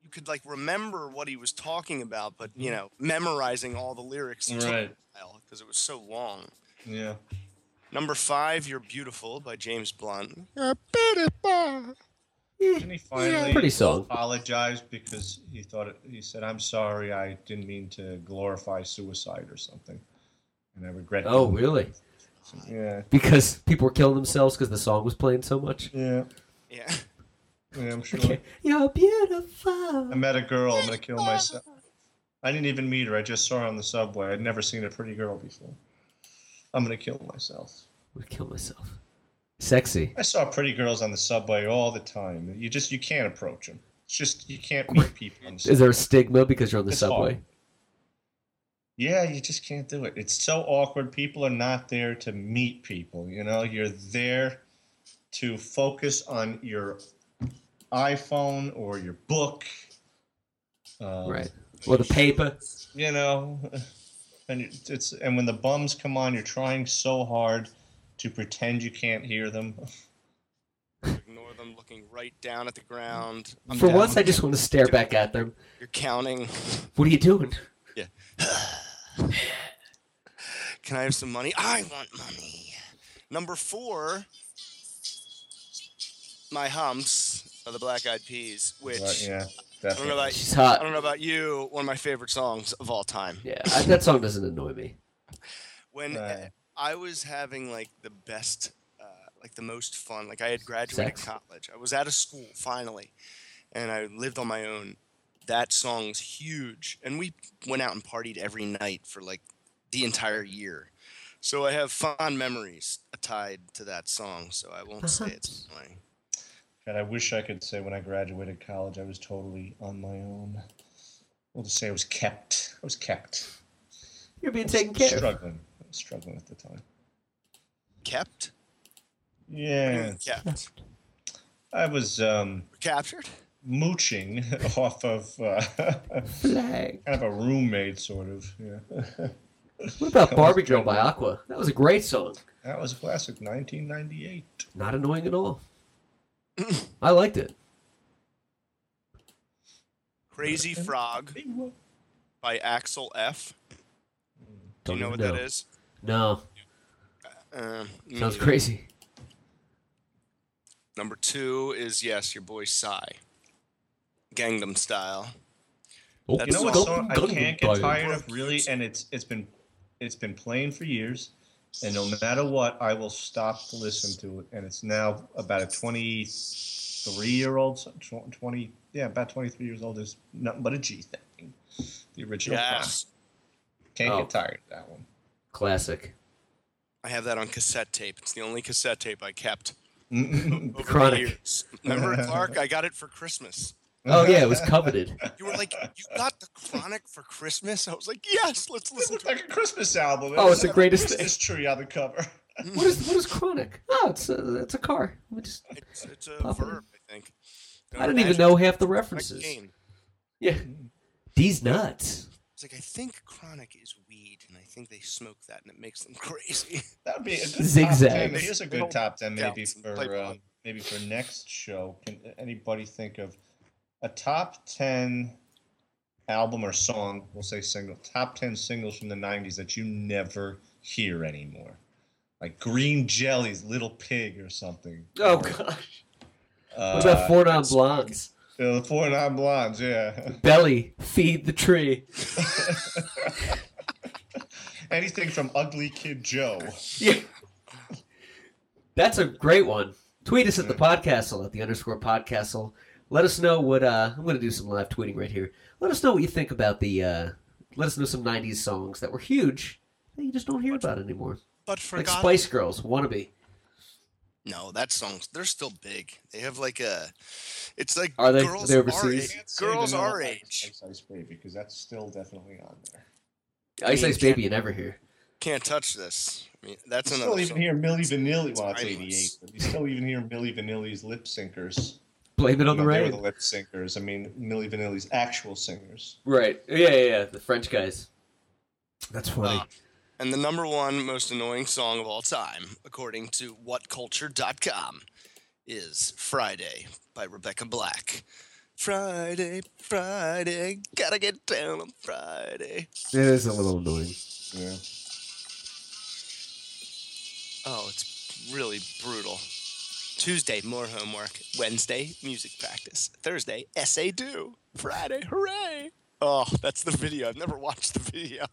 Speaker 6: you could like remember what he was talking about, but you know, memorizing all the lyrics took a
Speaker 5: Mm-hmm. Right.
Speaker 6: while because it was so long.
Speaker 5: Yeah.
Speaker 6: Number five, "You're Beautiful" by James Blunt.
Speaker 5: Didn't he finally
Speaker 4: pretty solid.
Speaker 5: apologize because he thought it, he said, "I'm sorry, I didn't mean to glorify suicide or something," and I regret.
Speaker 4: Oh,
Speaker 5: doing
Speaker 4: really?
Speaker 5: it." Yeah,
Speaker 4: Because people were killing themselves because the song was playing so much?
Speaker 5: yeah,
Speaker 6: Yeah, *laughs*
Speaker 5: yeah. I'm sure.
Speaker 4: Okay. *laughs* You're beautiful.
Speaker 5: I met a girl. I'm gonna kill myself. I didn't even meet her. I just saw her on the subway. I'd never seen a pretty girl before. I'm gonna kill myself.
Speaker 4: I'm gonna kill myself. Sexy.
Speaker 5: I saw pretty girls on the subway all the time. You just you can't approach them. It's just you can't meet people. On the
Speaker 4: Is there a stigma because you're on the
Speaker 5: It's
Speaker 4: subway?
Speaker 5: hard. Yeah, you just can't do it. It's so awkward. People are not there to meet people. You know, you're there to focus on your iPhone or your book. Um,
Speaker 4: Right. Well, the paper.
Speaker 5: You know, *laughs* and you- it's and when the bums come on, you're trying so hard to pretend you can't hear them. *laughs*
Speaker 6: ignore them, looking right down at the ground. I'm
Speaker 4: For
Speaker 6: down.
Speaker 4: once, I just want to stare back at them.
Speaker 6: you're counting.
Speaker 4: What are you doing?
Speaker 6: Yeah. Can I have some money? I want money. Number four, my humps of the Black Eyed Peas, which
Speaker 5: But yeah,
Speaker 6: I don't know
Speaker 5: definitely.
Speaker 6: about
Speaker 4: She's hot.
Speaker 6: I don't know about you. One of my favorite songs of all time.
Speaker 4: Yeah, I, that song doesn't annoy me.
Speaker 6: When uh,
Speaker 5: Right.
Speaker 6: I was having like the best, uh, like the most fun. Like I had graduated
Speaker 4: Sex.
Speaker 6: college. I was out of school finally, and I lived on my own. That song was huge, and we went out and partied every night for like the entire year. So I have fond memories tied to that song. So I won't say it's annoying.
Speaker 5: God, I wish I could say when I graduated college, I was totally on my own. We'll just say I was kept. I was kept.
Speaker 4: You're being taken care of.
Speaker 5: Struggling. I was struggling at the time.
Speaker 6: kept.
Speaker 5: Yeah,
Speaker 6: Kept.
Speaker 5: I was um,
Speaker 6: Captured.
Speaker 5: mooching *laughs* off of uh, *laughs* kind
Speaker 4: Flag.
Speaker 5: of a roommate, sort of. Yeah,
Speaker 4: What about Barbie Girl by Aqua? That was a great song.
Speaker 5: that was a classic, 1998.
Speaker 4: Not annoying at
Speaker 6: *clears throat*
Speaker 4: all. I liked it.
Speaker 6: Crazy Frog by Axel F. Do you know what that is?
Speaker 4: No,
Speaker 6: Uh, me
Speaker 4: sounds
Speaker 6: neither.
Speaker 4: crazy.
Speaker 6: Number two is yes, your boy Psy. Gangnam Style.
Speaker 5: You know what
Speaker 6: Gun-
Speaker 5: song I
Speaker 4: gun-
Speaker 5: can't
Speaker 4: gun-
Speaker 5: get tired of really, and it's it's been it's been playing for years, and no matter what, I will stop to listen to it. And it's now about a 23 year old, 20 yeah, about 23 years old is nothing but a G thing. The original,
Speaker 6: Yes,
Speaker 5: song. can't
Speaker 4: Oh.
Speaker 5: get tired of that one.
Speaker 4: Classic.
Speaker 6: *laughs* I have that on cassette tape. It's the only cassette tape I kept over
Speaker 4: Mm, Chronic.
Speaker 6: the years.
Speaker 4: *laughs*
Speaker 6: Remember, Clark? I got it for Christmas.
Speaker 4: Oh yeah, it was coveted.
Speaker 6: You were like, you got the Chronic for Christmas? I was like, yes, let's listen
Speaker 5: It's
Speaker 6: to it.
Speaker 5: like a Christmas album.
Speaker 4: Oh, it's
Speaker 5: It's
Speaker 4: the greatest thing.
Speaker 5: Christmas tree on the cover.
Speaker 4: *laughs*
Speaker 5: *laughs*
Speaker 4: What is what is chronic? Oh, it's a, it's a car. We just,
Speaker 6: *laughs* It's, it's a
Speaker 4: Papa.
Speaker 6: verb, I think.
Speaker 4: I didn't even know half the references.
Speaker 6: Again.
Speaker 4: Yeah, these nuts.
Speaker 6: It's like I think Chronic is weed, and I think they smoke that, and it makes them *laughs* crazy.
Speaker 5: That'd be a good
Speaker 4: Zigzags.
Speaker 5: Top 10. Here's a good top ten, maybe
Speaker 6: Doubts and
Speaker 5: for
Speaker 6: play
Speaker 5: uh,
Speaker 6: ball.
Speaker 5: maybe for next show. Can anybody think of a top ten album or song? We'll say single. Top ten singles from the '90s that you never hear anymore, like Green Jelly's "Little Pig" or something.
Speaker 4: Oh gosh.
Speaker 5: Uh,
Speaker 4: What about four non blondes?
Speaker 5: yeah, the Four Non Blondes? Yeah, *laughs*
Speaker 4: Belly, feed the tree.
Speaker 5: anything from Ugly Kid Joe.
Speaker 4: Yeah. That's a great one. Tweet us at the podcastle at the underscore podcastle. Let us know what uh, I'm going to do some live tweeting right here. Let us know what you think about the. Uh, let us know some '90s songs that were huge that you just don't hear about anymore,
Speaker 6: but
Speaker 4: like
Speaker 6: forgotten.
Speaker 4: Spice Girls, "Wannabe."
Speaker 6: No, that song's they're still big. They have like a it's like
Speaker 4: Are they-
Speaker 6: girls
Speaker 4: they're
Speaker 6: our
Speaker 4: overseas?
Speaker 6: age. Girls
Speaker 5: Say Vanilla
Speaker 6: our
Speaker 5: Ice,
Speaker 6: age.
Speaker 5: Ice Ice Baby, because that's still definitely on there.
Speaker 4: Ice
Speaker 6: mean,
Speaker 4: Ice Baby, you never hear.
Speaker 6: Can't touch this. I mean that's
Speaker 5: You still
Speaker 6: another
Speaker 5: even
Speaker 6: song.
Speaker 5: hear Millie Vanilli. Well, it's '88,
Speaker 6: timeless.
Speaker 5: but you still even hear Millie Vanilli's lip syncers.
Speaker 4: Blame it on the
Speaker 5: No, they were
Speaker 4: rain.
Speaker 5: the lip syncers. I mean, Millie Vanilli's actual singers.
Speaker 4: Right? Yeah, yeah, yeah. The French guys. That's funny.
Speaker 6: Uh, and the number one most annoying song of all time, according to whatculture.com, is Friday by Rebecca Black. Friday, Friday, gotta get down on Friday.
Speaker 4: it is a little annoying.
Speaker 5: Yeah.
Speaker 6: Oh, it's really brutal. Tuesday, more homework. Wednesday, music practice. Thursday, essay due. Friday, hooray! Oh, that's the video. I've never watched the *laughs* video.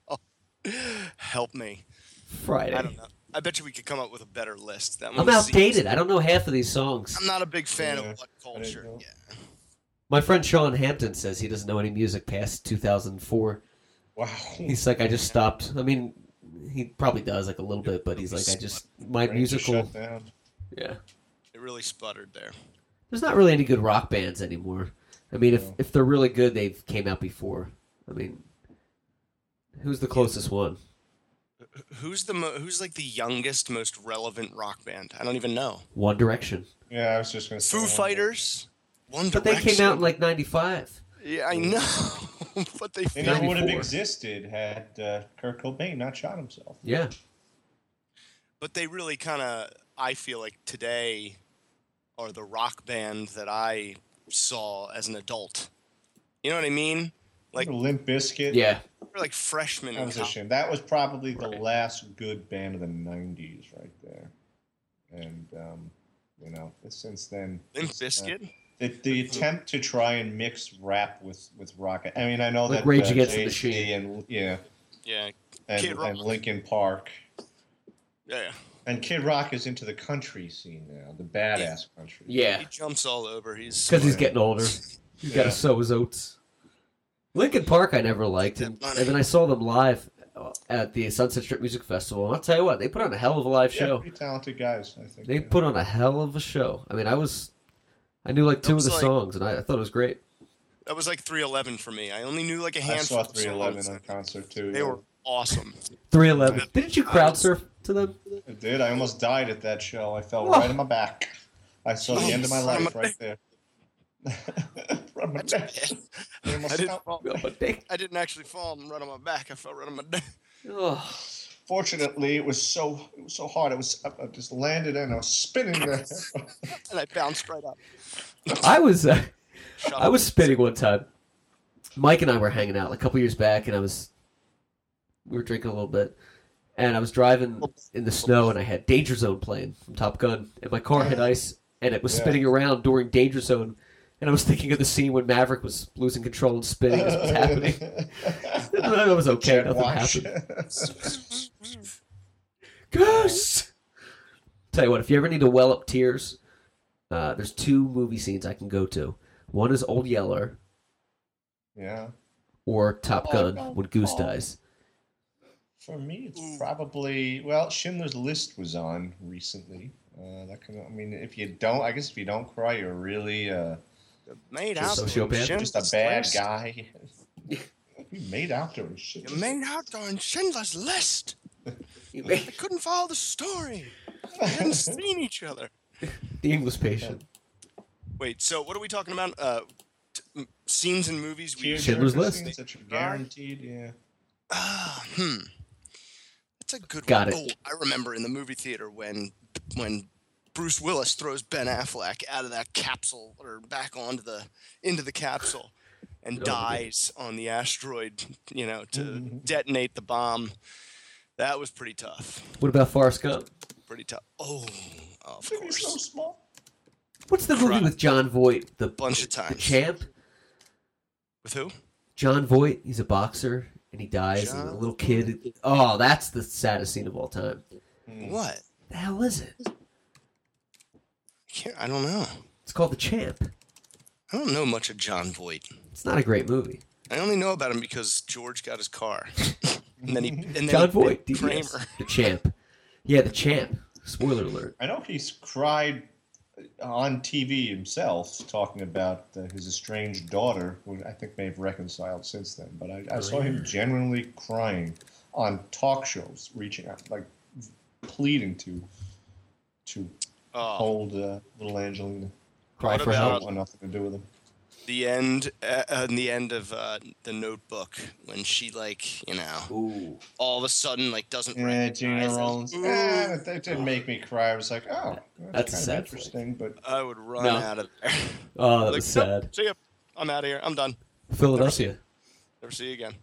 Speaker 6: Help me.
Speaker 4: Friday.
Speaker 6: I don't know. I bet you we could come up with a better list. That
Speaker 4: I'm
Speaker 6: one seems-
Speaker 4: outdated. I don't know half of these songs.
Speaker 6: I'm not a big fan
Speaker 5: Yeah,
Speaker 6: of what
Speaker 5: I didn't
Speaker 6: culture.
Speaker 5: know.
Speaker 6: Yeah.
Speaker 4: My friend Sean Hampton says he doesn't know any music past 2004.
Speaker 5: Wow.
Speaker 4: He's like, I just stopped. I mean, he probably does like a little bit, but he's like, I just my
Speaker 5: Brain just
Speaker 4: musical.
Speaker 5: shut down.
Speaker 4: Yeah,
Speaker 6: It really sputtered there.
Speaker 4: there's not really any good rock bands anymore. I mean, if if they're really good, they've came out before. I mean, who's the closest one?
Speaker 6: Who's the mo- who's like the youngest, most relevant rock band? I don't even know.
Speaker 4: One Direction,
Speaker 5: Yeah, I was just gonna. say
Speaker 6: Foo
Speaker 5: one.
Speaker 6: Fighters. One
Speaker 4: but they came
Speaker 6: Direction?
Speaker 4: out in like '95.
Speaker 6: *laughs* Yeah, I know. *laughs* but they.
Speaker 5: They never would have
Speaker 4: 94.
Speaker 5: existed had uh, Kurt Cobain not shot himself.
Speaker 4: Yeah,
Speaker 6: *laughs* but they really kind of i feel like today are the rock band that i saw as an adult you know what i mean like
Speaker 5: Remember Limp Biscuit.
Speaker 4: yeah.
Speaker 6: we're like freshmen
Speaker 5: That
Speaker 6: in
Speaker 5: was a
Speaker 6: college.
Speaker 5: shame. That was probably the last good band of the '90s, right there. And um, You know, It's since then,
Speaker 6: Limp
Speaker 5: it's, uh,
Speaker 6: Biscuit.
Speaker 5: the, the attempt to try and mix rap with with rock. I mean, I know
Speaker 4: Like
Speaker 5: that uh,
Speaker 4: Rage Against the
Speaker 5: Jay-Z
Speaker 4: Machine.
Speaker 5: and yeah,
Speaker 6: Yeah.
Speaker 5: and,
Speaker 6: Kid Rock.
Speaker 5: and Linkin Park.
Speaker 6: Yeah.
Speaker 5: And Kid Rock is into the country scene now, the badass country.
Speaker 4: Yeah,
Speaker 6: He jumps all over. He's
Speaker 4: because he's getting older. He's got
Speaker 5: *laughs* Yeah.
Speaker 4: to sow his oats. Lincoln Park, I never liked, and,
Speaker 6: That money.
Speaker 4: and then I saw them live uh, at the Sunset Strip Music Festival. And I'll tell you what, they put on a hell of a live
Speaker 5: Yeah,
Speaker 4: show.
Speaker 5: pretty talented guys, I think.
Speaker 4: They
Speaker 5: yeah.
Speaker 4: put on a hell of a show. I mean, I was, I knew like two of
Speaker 6: was
Speaker 4: the
Speaker 6: like-
Speaker 4: songs, and I, I thought it was great.
Speaker 6: That was like 311 for me. I only knew like a
Speaker 5: I
Speaker 6: handful.
Speaker 5: saw
Speaker 6: of songs.
Speaker 5: 311 on concert too.
Speaker 6: They
Speaker 5: yeah.
Speaker 6: were
Speaker 5: *laughs*
Speaker 6: awesome.
Speaker 4: Three Eleven. Didn't you crowd surf to them?
Speaker 5: I did. I almost died at that show. I fell
Speaker 4: Oh.
Speaker 5: right on my back. I saw the end of my
Speaker 6: Jeez.
Speaker 5: life right there. *laughs* From my neck. I
Speaker 6: I
Speaker 5: almost
Speaker 6: didn't,
Speaker 5: fell.
Speaker 6: fall-
Speaker 4: Oh, but they-
Speaker 6: I didn't actually fall and run on my back. I fell right on my *laughs* neck.
Speaker 4: oh.
Speaker 5: Fortunately, it was so it was so hard. It was I I just landed and I was
Speaker 6: *laughs*
Speaker 5: spinning there.
Speaker 6: and I bounced right up.
Speaker 4: *laughs* I was. Uh,
Speaker 6: Shut
Speaker 4: I
Speaker 6: up.
Speaker 4: was spinning one time. Mike and I were hanging out like, a couple years back, and I was we were drinking a little bit, and I was driving in the snow, and I had Danger Zone playing from Top Gun, and my car hit ice, and it was
Speaker 5: Yeah.
Speaker 4: spinning around during Danger Zone, and I was thinking of the scene when Maverick was losing control and spinning as
Speaker 5: *laughs*
Speaker 4: it was happening. *laughs* that was okay. Nothing
Speaker 5: Watch.
Speaker 4: happened. Goose. Tell you what, if you ever need to well up tears, uh, there's two movie scenes I can go to. One is Old Yeller,
Speaker 5: *laughs* yeah.
Speaker 4: or Top Gun when Goose dies.
Speaker 5: For me, it's probably well. Schindler's List was on recently. Uh, that can, I mean, if you don't, I guess if you don't cry, you're really uh,
Speaker 6: made
Speaker 4: Just
Speaker 6: out
Speaker 4: sociopath.
Speaker 6: during
Speaker 5: just a
Speaker 6: Schindler's
Speaker 5: bad
Speaker 6: List. *laughs*
Speaker 5: guy. *laughs* you made out during shit.
Speaker 6: You made out during
Speaker 5: *laughs*
Speaker 6: Schindler's List. I
Speaker 4: the
Speaker 6: couldn't follow the story. We hadn't *laughs* seen each other.
Speaker 4: English patient.
Speaker 6: Wait, so what are we talking about? Uh, t- m- scenes in movies we
Speaker 4: Schindler's List.
Speaker 5: That you're guaranteed. Yeah.
Speaker 6: Ah, hmm. That's a good
Speaker 4: Got
Speaker 6: one.
Speaker 4: it.
Speaker 6: Oh, I remember in the movie theater when when Bruce Willis throws Ben Affleck out of that capsule or back onto the into the capsule
Speaker 4: Oh,
Speaker 6: and dies on the asteroid, you know, to
Speaker 4: Mm-hmm.
Speaker 6: detonate the bomb. That was pretty tough.
Speaker 4: What about Forrest Gump?
Speaker 6: Pretty tough. Oh, of
Speaker 5: He's so
Speaker 6: course.
Speaker 5: small.
Speaker 4: What's the movie with John Voight? The
Speaker 6: Bunch of
Speaker 4: The
Speaker 6: times.
Speaker 4: champ.
Speaker 6: With who?
Speaker 4: John Voight. He's a boxer and he dies. And the
Speaker 6: John
Speaker 4: little kid. Oh, that's the saddest scene of all time. Mm.
Speaker 6: What?
Speaker 4: The hell is it?
Speaker 6: I, can't, I don't know.
Speaker 4: It's called The Champ.
Speaker 6: I don't know much of John Voight.
Speaker 4: It's not a great movie.
Speaker 6: I only know about him because George got his car, *laughs* and then he and then
Speaker 4: John
Speaker 6: he
Speaker 4: Voight. E
Speaker 6: bit Kramer.
Speaker 4: DDS. *laughs* The Champ. Yeah, The Champ. Spoiler
Speaker 6: *laughs*
Speaker 4: alert.
Speaker 5: I know he's cried on TV himself talking about uh, his estranged daughter, who I think may have reconciled since then. But I, I saw him genuinely crying on talk shows, reaching out, like pleading to to
Speaker 6: Oh,
Speaker 5: hold uh, little Angelina.
Speaker 4: Cry
Speaker 6: What
Speaker 4: for
Speaker 6: about-
Speaker 4: help.
Speaker 5: Don't want nothing to do with him.
Speaker 6: the end uh, uh, in the end of uh, the Notebook when she like you know
Speaker 4: Ooh.
Speaker 6: all of a sudden like doesn't
Speaker 5: Yeah, Gina
Speaker 6: recognize. him.
Speaker 5: Rollins.
Speaker 6: Ooh.
Speaker 5: Eh, that didn't make me cry. I was like, oh,
Speaker 4: That's a
Speaker 5: that's, kind
Speaker 4: sad
Speaker 5: of interesting, but
Speaker 6: I would run
Speaker 4: No.
Speaker 6: out of there. *laughs*
Speaker 4: Oh, that
Speaker 6: like,
Speaker 4: was
Speaker 6: nope,
Speaker 4: sad.
Speaker 6: see ya. I'm out of here. I'm done. *laughs*
Speaker 4: Philadelphia.
Speaker 6: Never see you again.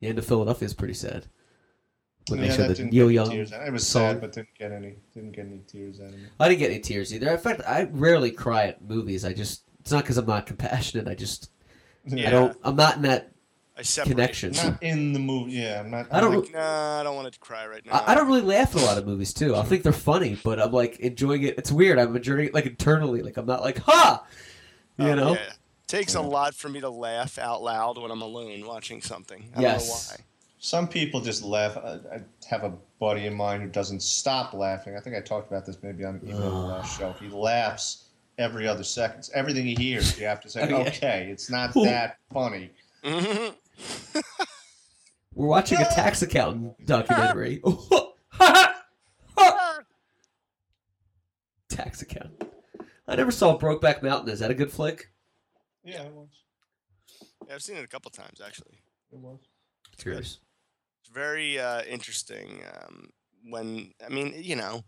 Speaker 4: The end of Philadelphia is pretty sad. When they
Speaker 5: Yeah,
Speaker 4: show
Speaker 5: that
Speaker 4: the
Speaker 5: didn't
Speaker 4: Neil
Speaker 5: get
Speaker 4: Young
Speaker 5: tears out. It was
Speaker 4: song.
Speaker 5: sad, but didn't get any. Didn't get any tears out of me.
Speaker 4: I didn't get any tears either. In fact, I rarely cry at movies. I just it's not because I'm not compassionate. I just
Speaker 5: Yeah.
Speaker 4: I don't. I'm not in that
Speaker 6: I separate.
Speaker 4: connection. I,
Speaker 5: Not in the movie. Yeah, I'm not.
Speaker 4: I don't-
Speaker 5: like,
Speaker 6: Nah, I don't want to cry right now.
Speaker 4: I don't really laugh at a lot of movies too. I think they're funny, but I'm like enjoying it. It's weird. I'm enjoying it like internally. Like I'm not like ha, you
Speaker 6: Oh,
Speaker 4: know.
Speaker 6: yeah. Takes a lot for me to laugh out loud when I'm alone watching something. I
Speaker 4: Yes.
Speaker 6: don't know why.
Speaker 5: some people just laugh. I, I have a buddy of mine who doesn't stop laughing. I think I talked about this maybe on even on the last show. He laughs every other second. Everything he hears, you have to say,
Speaker 4: Oh, *laughs* yeah.
Speaker 5: "Okay, it's not that funny."
Speaker 4: We're watching a tax accountant
Speaker 6: *laughs*
Speaker 4: documentary. *laughs* Ha, ha, ha. tax accountant. I never saw Brokeback Mountain. Is that a good flick?
Speaker 5: Yeah, it was.
Speaker 6: *laughs* Yeah, I've seen it a couple times actually.
Speaker 5: It was.
Speaker 4: Curious.
Speaker 6: It's very uh, interesting. Um, when I mean, you know,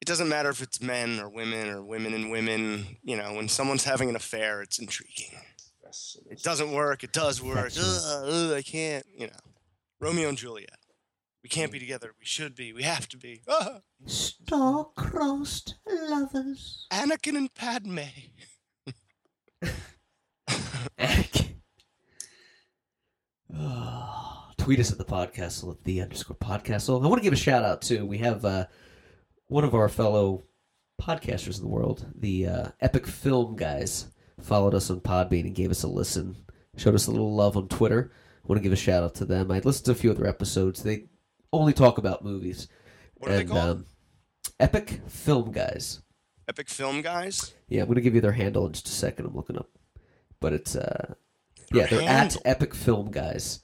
Speaker 6: it doesn't matter if it's men or women or women and women. You know, when someone's having an affair, it's intriguing.
Speaker 5: Yes, *laughs* it
Speaker 6: It doesn't work. It does work.
Speaker 4: Exactly.
Speaker 6: Ugh, ugh, I can't. You know, Romeo and Juliet. We can't be together. We should be. We have to be. Ah,
Speaker 4: star-crossed lovers.
Speaker 6: Anakin and Padme.
Speaker 4: *sighs* Tweet us at the podcastle at the underscore podcastle. I want to give a shout out to we have uh, one of our fellow podcasters in the world, the uh, Epic Film guys, followed us on Podbean and gave us a listen, showed us a little love on Twitter. I want to give a shout out to them. I listened to a few other episodes. They only talk about movies. um,
Speaker 6: What are they called?
Speaker 4: Epic Film guys.
Speaker 6: Epic Film Guys.
Speaker 4: Yeah, I'm gonna give you their handle in just a second. I'm looking up, but it's uh, yeah, they're
Speaker 6: handle?
Speaker 4: at Epic Film Guys,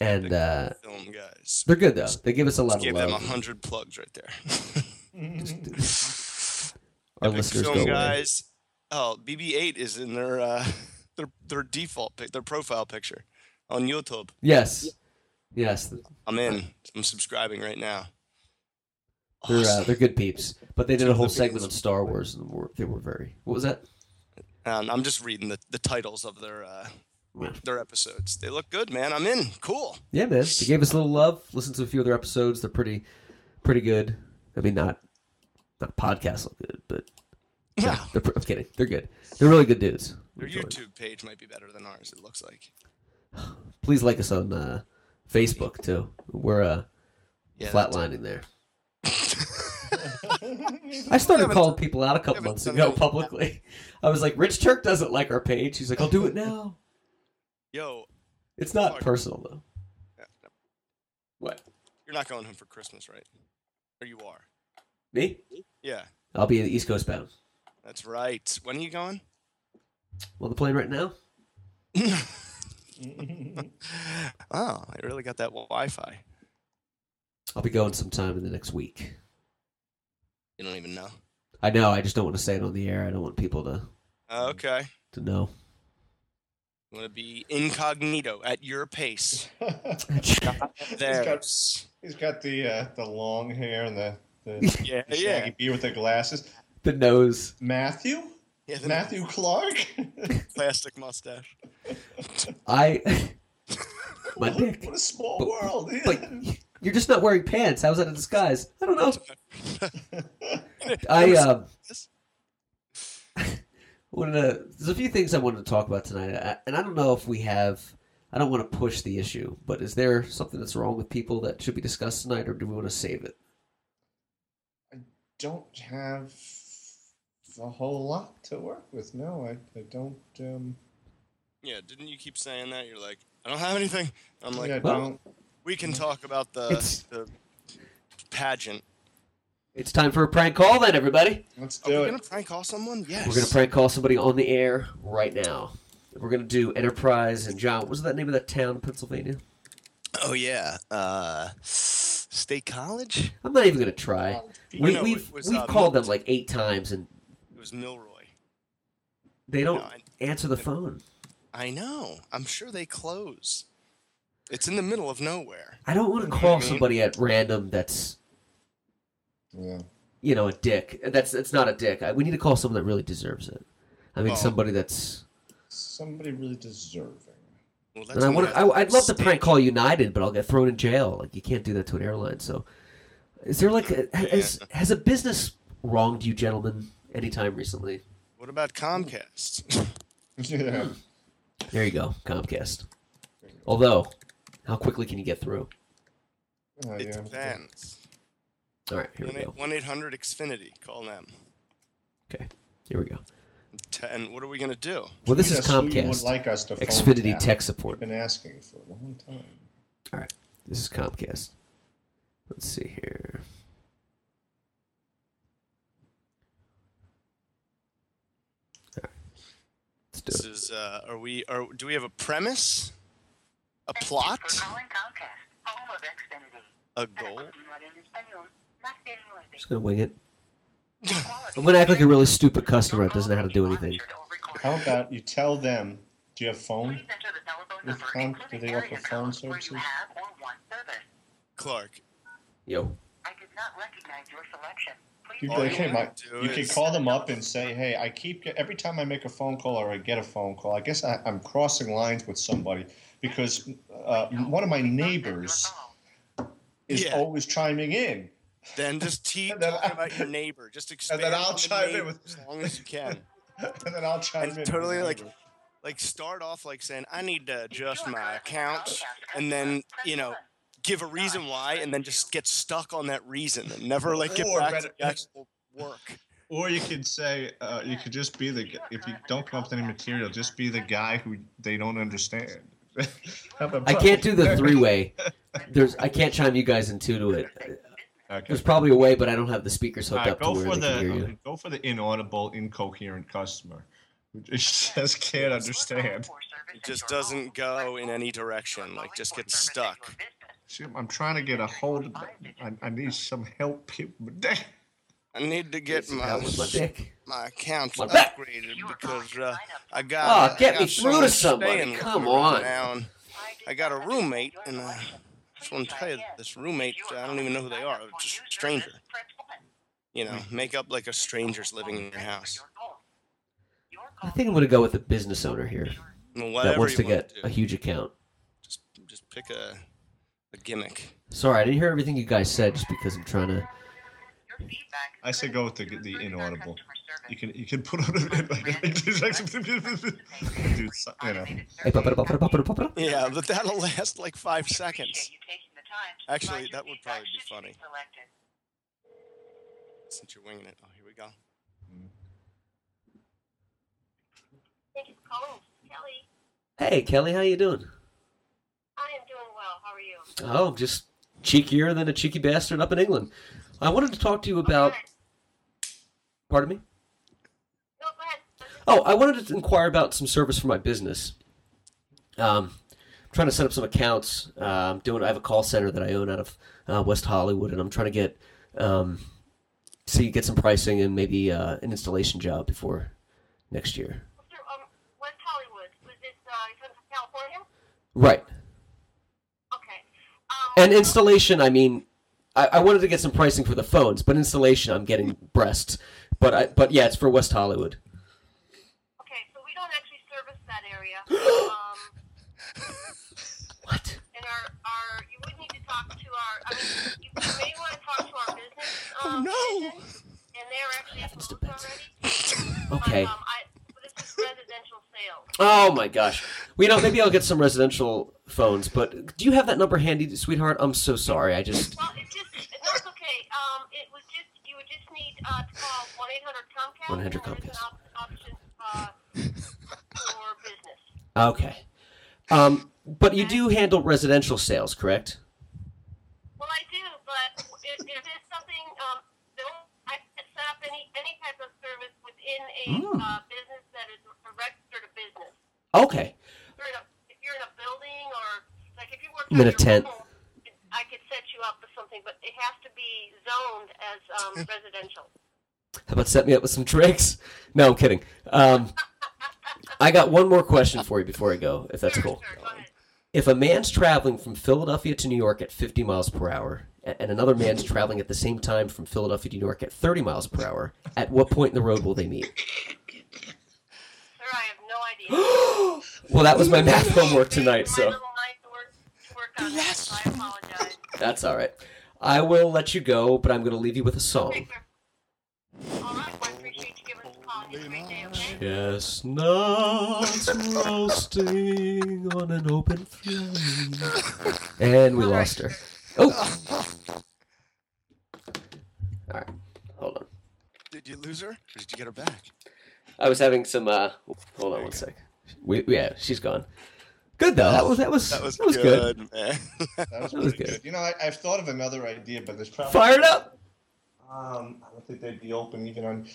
Speaker 4: and
Speaker 6: Epic
Speaker 4: uh,
Speaker 6: Film Guys.
Speaker 4: they're good though. They give us a lot
Speaker 6: Give
Speaker 4: of love.
Speaker 6: them a hundred plugs right there. *laughs*
Speaker 4: Our
Speaker 6: Epic
Speaker 4: listeners
Speaker 6: Film
Speaker 4: go away.
Speaker 6: Guys. Oh, BB-8 is in their uh, *laughs* their their default pic, their profile picture on YouTube.
Speaker 4: Yes, yes, they're
Speaker 6: I'm in. I'm subscribing right now.
Speaker 4: uh,
Speaker 6: Awesome.
Speaker 4: they're good peeps. But they did a whole
Speaker 6: They're good
Speaker 4: segment on Star Wars, and were, they were very. What was that?
Speaker 6: Um, I'm just reading the, the titles of their uh,
Speaker 4: Yeah.
Speaker 6: their episodes. They look good, man. I'm in. Cool.
Speaker 4: Yeah, man. They gave us a little love. Listened to a few other episodes. They're pretty, pretty good. I mean, not not podcast good, but
Speaker 6: Yeah.
Speaker 4: they're. Pre- I'm kidding. They're good. They're really good dudes.
Speaker 6: Their
Speaker 4: Enjoyed.
Speaker 6: YouTube page might be better than ours. It looks like.
Speaker 4: please like us on uh, Facebook too. We're uh,
Speaker 6: Yeah.
Speaker 4: flatlining
Speaker 6: *laughs*
Speaker 4: there. I started
Speaker 6: haven't-
Speaker 4: calling people out a couple
Speaker 6: haven't
Speaker 4: months
Speaker 6: done
Speaker 4: ago
Speaker 6: that.
Speaker 4: publicly. I was like, Rich Turk doesn't like our page. He's like, I'll do it now.
Speaker 6: Yo,
Speaker 4: It's not
Speaker 6: Fuck.
Speaker 4: personal though. What?
Speaker 6: you're not going home for Christmas, right? Or you are?
Speaker 4: Me?
Speaker 6: Yeah,
Speaker 4: I'll be in the East Coast bound.
Speaker 6: that's right. When are you going? *laughs*
Speaker 4: I'm on the plane right now.
Speaker 6: Oh, I really got that Wi-Fi.
Speaker 4: I'll be going sometime in the next week.
Speaker 6: You don't even know.
Speaker 4: I know. I just don't want to say it on the air. I don't want people to
Speaker 6: Uh, okay.
Speaker 4: to
Speaker 6: *laughs*
Speaker 4: know.
Speaker 6: I'm gonna be incognito at your pace.
Speaker 5: *laughs* He's
Speaker 6: There.
Speaker 5: got, he's got the uh, the long hair and the,
Speaker 4: *laughs*
Speaker 5: the
Speaker 6: Yeah,
Speaker 5: the shaggy
Speaker 6: yeah.
Speaker 5: beard with the glasses.
Speaker 4: The nose.
Speaker 5: Matthew?
Speaker 6: Yeah, the
Speaker 5: Matthew Clark? *laughs*
Speaker 6: plastic mustache.
Speaker 4: I. *laughs* My dick.
Speaker 5: what a small
Speaker 4: But-
Speaker 5: world. *laughs*
Speaker 4: But you're just not wearing pants. How's that a disguise? I don't
Speaker 6: *laughs*
Speaker 4: know. I um, *laughs* wanted to. There's a few things I wanted to talk about tonight, I, and I don't know if we have. I don't want to push the issue, but is there something that's wrong with people that should be discussed tonight, or do we want to save it?
Speaker 5: don't have a whole lot to work with. No, I, I don't. Um,
Speaker 6: Yeah, didn't you keep saying that? You're like, I don't have anything. I'm like,
Speaker 5: yeah, I
Speaker 4: well-
Speaker 5: don't.
Speaker 6: we can talk about the,
Speaker 4: It's-
Speaker 6: the pageant.
Speaker 4: It's time for a prank call, then, everybody.
Speaker 5: Let's
Speaker 6: Are we
Speaker 5: do
Speaker 6: gonna
Speaker 5: it.
Speaker 6: prank call someone? Yes.
Speaker 4: We're gonna prank call somebody on the air right now. We're gonna do Enterprise and John. What was that name of that town, in Pennsylvania?
Speaker 6: Oh yeah. Uh, State College.
Speaker 4: I'm not even gonna try. We,
Speaker 6: No, it
Speaker 4: we've
Speaker 6: was,
Speaker 4: we've
Speaker 6: uh,
Speaker 4: called them like eight times, and
Speaker 6: It was Milroy.
Speaker 4: they don't
Speaker 6: No, I-
Speaker 4: answer the phone.
Speaker 6: I know. I'm sure they close. It's in the middle of nowhere.
Speaker 4: I don't want to call somebody at random that's
Speaker 5: Yeah.
Speaker 4: you know a dick. That's that's not a dick. I, we need to call someone that really deserves it. I mean,
Speaker 6: Oh.
Speaker 4: somebody that's.
Speaker 5: Somebody really deserving. *laughs*
Speaker 6: Well, that's
Speaker 4: And I
Speaker 6: what
Speaker 4: want. I, I'd love to
Speaker 6: State-
Speaker 4: prank call United, but I'll get thrown in jail. Like you can't do that to an airline. So, is there like a, has has a business wronged you, gentlemen, anytime recently?
Speaker 6: What about Comcast? Hmm.
Speaker 5: Yeah.
Speaker 4: There you go, Comcast. Although, how quickly can you get through?
Speaker 5: Oh,
Speaker 6: it
Speaker 5: yeah.
Speaker 6: depends.
Speaker 4: All right, here we go.
Speaker 6: One eight hundred Xfinity. Call them.
Speaker 4: Okay, here we go.
Speaker 6: T- And what are we gonna do?
Speaker 4: Well, this is
Speaker 5: Tweet us who you would
Speaker 4: Comcast.
Speaker 5: like us to phone
Speaker 4: Xfinity
Speaker 5: tap.
Speaker 4: tech
Speaker 5: We've
Speaker 4: support.
Speaker 5: been asking for a long time.
Speaker 4: All right, this is Comcast. Let's see here. All right, Let's
Speaker 6: This
Speaker 4: do it.
Speaker 6: is. Uh, are we? Are do we have a premise? A plot?
Speaker 1: For calling Comcast, home of Xfinity. Para
Speaker 6: A goal?
Speaker 1: continuar en español, marque el nueve.
Speaker 4: Just gonna wing it. I'm gonna act like a really stupid customer that doesn't know how to do anything.
Speaker 5: How about you tell them, do you have phone?
Speaker 1: Please enter the telephone
Speaker 5: Is
Speaker 1: number,
Speaker 5: Comp- do
Speaker 1: including
Speaker 5: they offer
Speaker 1: area
Speaker 5: phone
Speaker 1: code where you
Speaker 5: services?
Speaker 1: have or want service.
Speaker 6: Clark.
Speaker 4: Yo,
Speaker 1: I did not recognize your selection. Please
Speaker 5: You'd be
Speaker 6: All
Speaker 5: like,
Speaker 6: you
Speaker 5: hey,
Speaker 6: wanna
Speaker 5: Mike,
Speaker 6: do
Speaker 5: you can
Speaker 6: is-
Speaker 5: call them up and say, hey, I keep every time I make a phone call or I get a phone call, I guess I, I'm crossing lines with somebody because uh, one of my neighbors is
Speaker 6: Yeah.
Speaker 5: always chiming in. *laughs*
Speaker 6: Then just keep
Speaker 5: And then
Speaker 6: talking
Speaker 5: I-
Speaker 6: about your neighbor.
Speaker 5: *laughs*
Speaker 6: Just expand
Speaker 5: then I'll
Speaker 6: on the
Speaker 5: chime in
Speaker 6: neighbor
Speaker 5: with-
Speaker 6: as long as
Speaker 5: *laughs*
Speaker 6: you can.
Speaker 5: and then I'll chime
Speaker 6: And
Speaker 5: in.
Speaker 6: totally like like start off like saying I need to adjust my accounts, and then you know give a reason why, and then just get stuck on that reason and never like get
Speaker 5: Or
Speaker 6: back
Speaker 5: better-
Speaker 6: to the actual work.
Speaker 5: Or you could say uh, you could just be the g- if you don't come up with any material, just be the guy who they don't understand. *laughs* Have a
Speaker 4: I can't do the
Speaker 5: problem.
Speaker 4: three way. There's I can't chime you guys in two to it.
Speaker 5: Okay.
Speaker 4: There's probably a way, but I don't have the speakers hooked
Speaker 5: All right,
Speaker 4: up to
Speaker 5: go
Speaker 4: where
Speaker 5: for
Speaker 4: they can hear you.
Speaker 5: the go for the inaudible, incoherent customer who *laughs* just just can't understand.
Speaker 6: It just doesn't go in any direction. Like just gets stuck.
Speaker 5: Shoot, I'm trying to get a hold. Of, I, I need some help. here. *laughs*
Speaker 6: I need to get
Speaker 4: That
Speaker 6: my
Speaker 4: was sick.
Speaker 6: my accounts
Speaker 4: What?
Speaker 6: upgraded because uh, I got.
Speaker 4: Oh, get
Speaker 6: I got
Speaker 4: me
Speaker 6: so
Speaker 4: through to
Speaker 6: much
Speaker 4: somebody.
Speaker 6: staying with
Speaker 4: Come
Speaker 6: me
Speaker 4: on.
Speaker 6: now, and I got a roommate, and I just want to tell you, this roommate, I don't even know who they are. Just a stranger. You know, make up like a stranger's living in your house.
Speaker 4: I think I'm gonna go with the business owner here
Speaker 6: I mean,
Speaker 4: that
Speaker 6: whatever
Speaker 4: wants to
Speaker 6: you
Speaker 4: get
Speaker 6: want
Speaker 4: a
Speaker 6: to do,
Speaker 4: huge account.
Speaker 6: just just pick a a gimmick.
Speaker 4: Sorry, I didn't hear everything you guys said just because I'm trying to.
Speaker 5: I say go with the the inaudible. You can you can put on a like an *laughs* English accent. *laughs* Dude, so- you know.
Speaker 6: Yeah, but that'll last like five seconds. Actually,
Speaker 1: Actually,
Speaker 6: that would probably be funny. Since you're winging it. Oh, here we go.
Speaker 8: Thank you for calling. Kelly,
Speaker 4: Hey, Kelly, how you doing?
Speaker 8: I am doing well. How are you?
Speaker 4: Oh, just cheekier than a cheeky bastard up in England. I wanted to talk to you about. Pardon me.
Speaker 8: No, go ahead. I'm just-
Speaker 4: Oh, I wanted to inquire about some service for my business. Um, I'm trying to set up some accounts. Uh, I'm doing. I have a call center that I own out of uh, West Hollywood, and I'm trying to get um, see get some pricing and maybe uh, an installation job before next year.
Speaker 8: Mr. Um, West Hollywood. Was this uh, you from California?
Speaker 4: Right.
Speaker 8: Okay. Um,
Speaker 4: And installation, I mean, I, I wanted to get some pricing for the phones, but installation, I'm getting breasts. But I, but yeah, it's for West Hollywood.
Speaker 8: okay, so we don't actually service that
Speaker 4: *gasps*
Speaker 8: area. um,
Speaker 4: What?
Speaker 8: and our, our you would need to talk to our. I mean, you, you may want to talk to our business.
Speaker 4: Oh,
Speaker 8: Um,
Speaker 6: no.
Speaker 8: division, and they're actually
Speaker 4: to
Speaker 8: closed
Speaker 4: Betsy.
Speaker 8: already.
Speaker 4: Okay.
Speaker 8: But, um, I, but this is residential sales.
Speaker 4: Oh my gosh. Well, you know, maybe I'll get some residential phones, but do you have that number handy, sweetheart? I'm so sorry. I just
Speaker 8: Well, it's just no, it's okay. Um, it was just you would just need uh, to call one eight hundred Comcast.
Speaker 4: 1-800
Speaker 8: and there's an op- option uh, for business.
Speaker 4: okay. Um, but you do handle residential sales, correct?
Speaker 8: Well, I do, but if, if there's something, um, don't I can set up any any type of service within a uh, business that is a registered a business.
Speaker 4: Okay.
Speaker 8: If you're in a, if you're in a building or like if you work
Speaker 4: I'm in
Speaker 8: out
Speaker 4: a
Speaker 8: your
Speaker 4: tent.
Speaker 8: Home, I could set you up with something, but it has to be zoned as *laughs* um, residential.
Speaker 4: How about set me up with some drinks? No, I'm kidding. Um, I got one more question for you before I go, if that's
Speaker 8: sure,
Speaker 4: cool.
Speaker 8: sure, go ahead.
Speaker 4: If a man's traveling from Philadelphia to New York at 50 miles per hour, a- and another man's traveling at the same time from Philadelphia to New York at 30 miles per hour, at what point in the road will they meet?
Speaker 8: Sir, I have no idea. *gasps*
Speaker 4: Well, that was my *laughs* math homework tonight,
Speaker 8: My
Speaker 4: so
Speaker 8: little mind to work- to work on that, so I apologize.
Speaker 4: that's all right. I will let you go, but I'm going to leave you with a song.
Speaker 8: Take care. All right, well, I appreciate you giving us a call. You have a great day, okay?
Speaker 4: Chestnuts roasting on an open flame. And we lost her. Oh! All right, hold on.
Speaker 6: Did you lose her? Or did you get her back?
Speaker 4: I was having some. uh Hold on one sec. We, yeah, she's gone. Good though. That was that was that was, good.
Speaker 6: man. *laughs*
Speaker 5: That was,
Speaker 4: That was
Speaker 5: pretty
Speaker 4: good.
Speaker 5: good. You know, I, I've thought of another idea, but there's probably
Speaker 4: Fired up.
Speaker 5: Um, I don't think they'd be open even on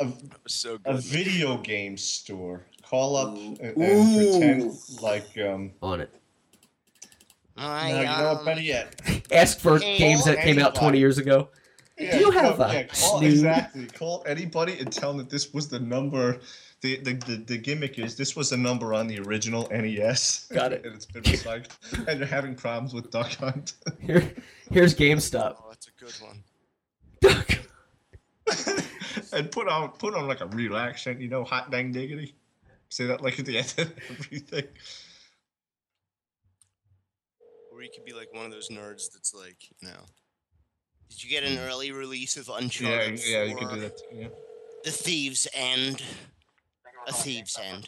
Speaker 5: a,
Speaker 6: that was so
Speaker 5: a
Speaker 6: good.
Speaker 5: video game store. Call up and, and pretend like um.
Speaker 4: On it.
Speaker 6: I,
Speaker 5: no, you know what?
Speaker 6: um,
Speaker 5: Better yet,
Speaker 4: Ask for games that came out
Speaker 5: anybody.
Speaker 4: 20 years ago.
Speaker 5: Yeah,
Speaker 4: you have a
Speaker 5: call,
Speaker 4: snood?
Speaker 5: exactly. Call anybody and tell them that this was the number. The, the, the, the gimmick is this was a number on the original NES.
Speaker 4: Got it.
Speaker 5: *laughs* and it's been recycled. and you're having problems with Duck Hunt. *laughs*
Speaker 4: Here, here's GameStop. *laughs*
Speaker 6: Oh, that's a good one.
Speaker 5: and put on put on like a real accent, you know, hot dang diggity. Say that like at the end of everything.
Speaker 6: Or you could be like one of those nerds that's like, you know,
Speaker 9: Did you get an early release of
Speaker 5: Mm. Yeah,
Speaker 9: Uncharted?
Speaker 5: yeah, you can
Speaker 9: for
Speaker 5: do that. Yeah.
Speaker 9: The Thieves End. A thieves end.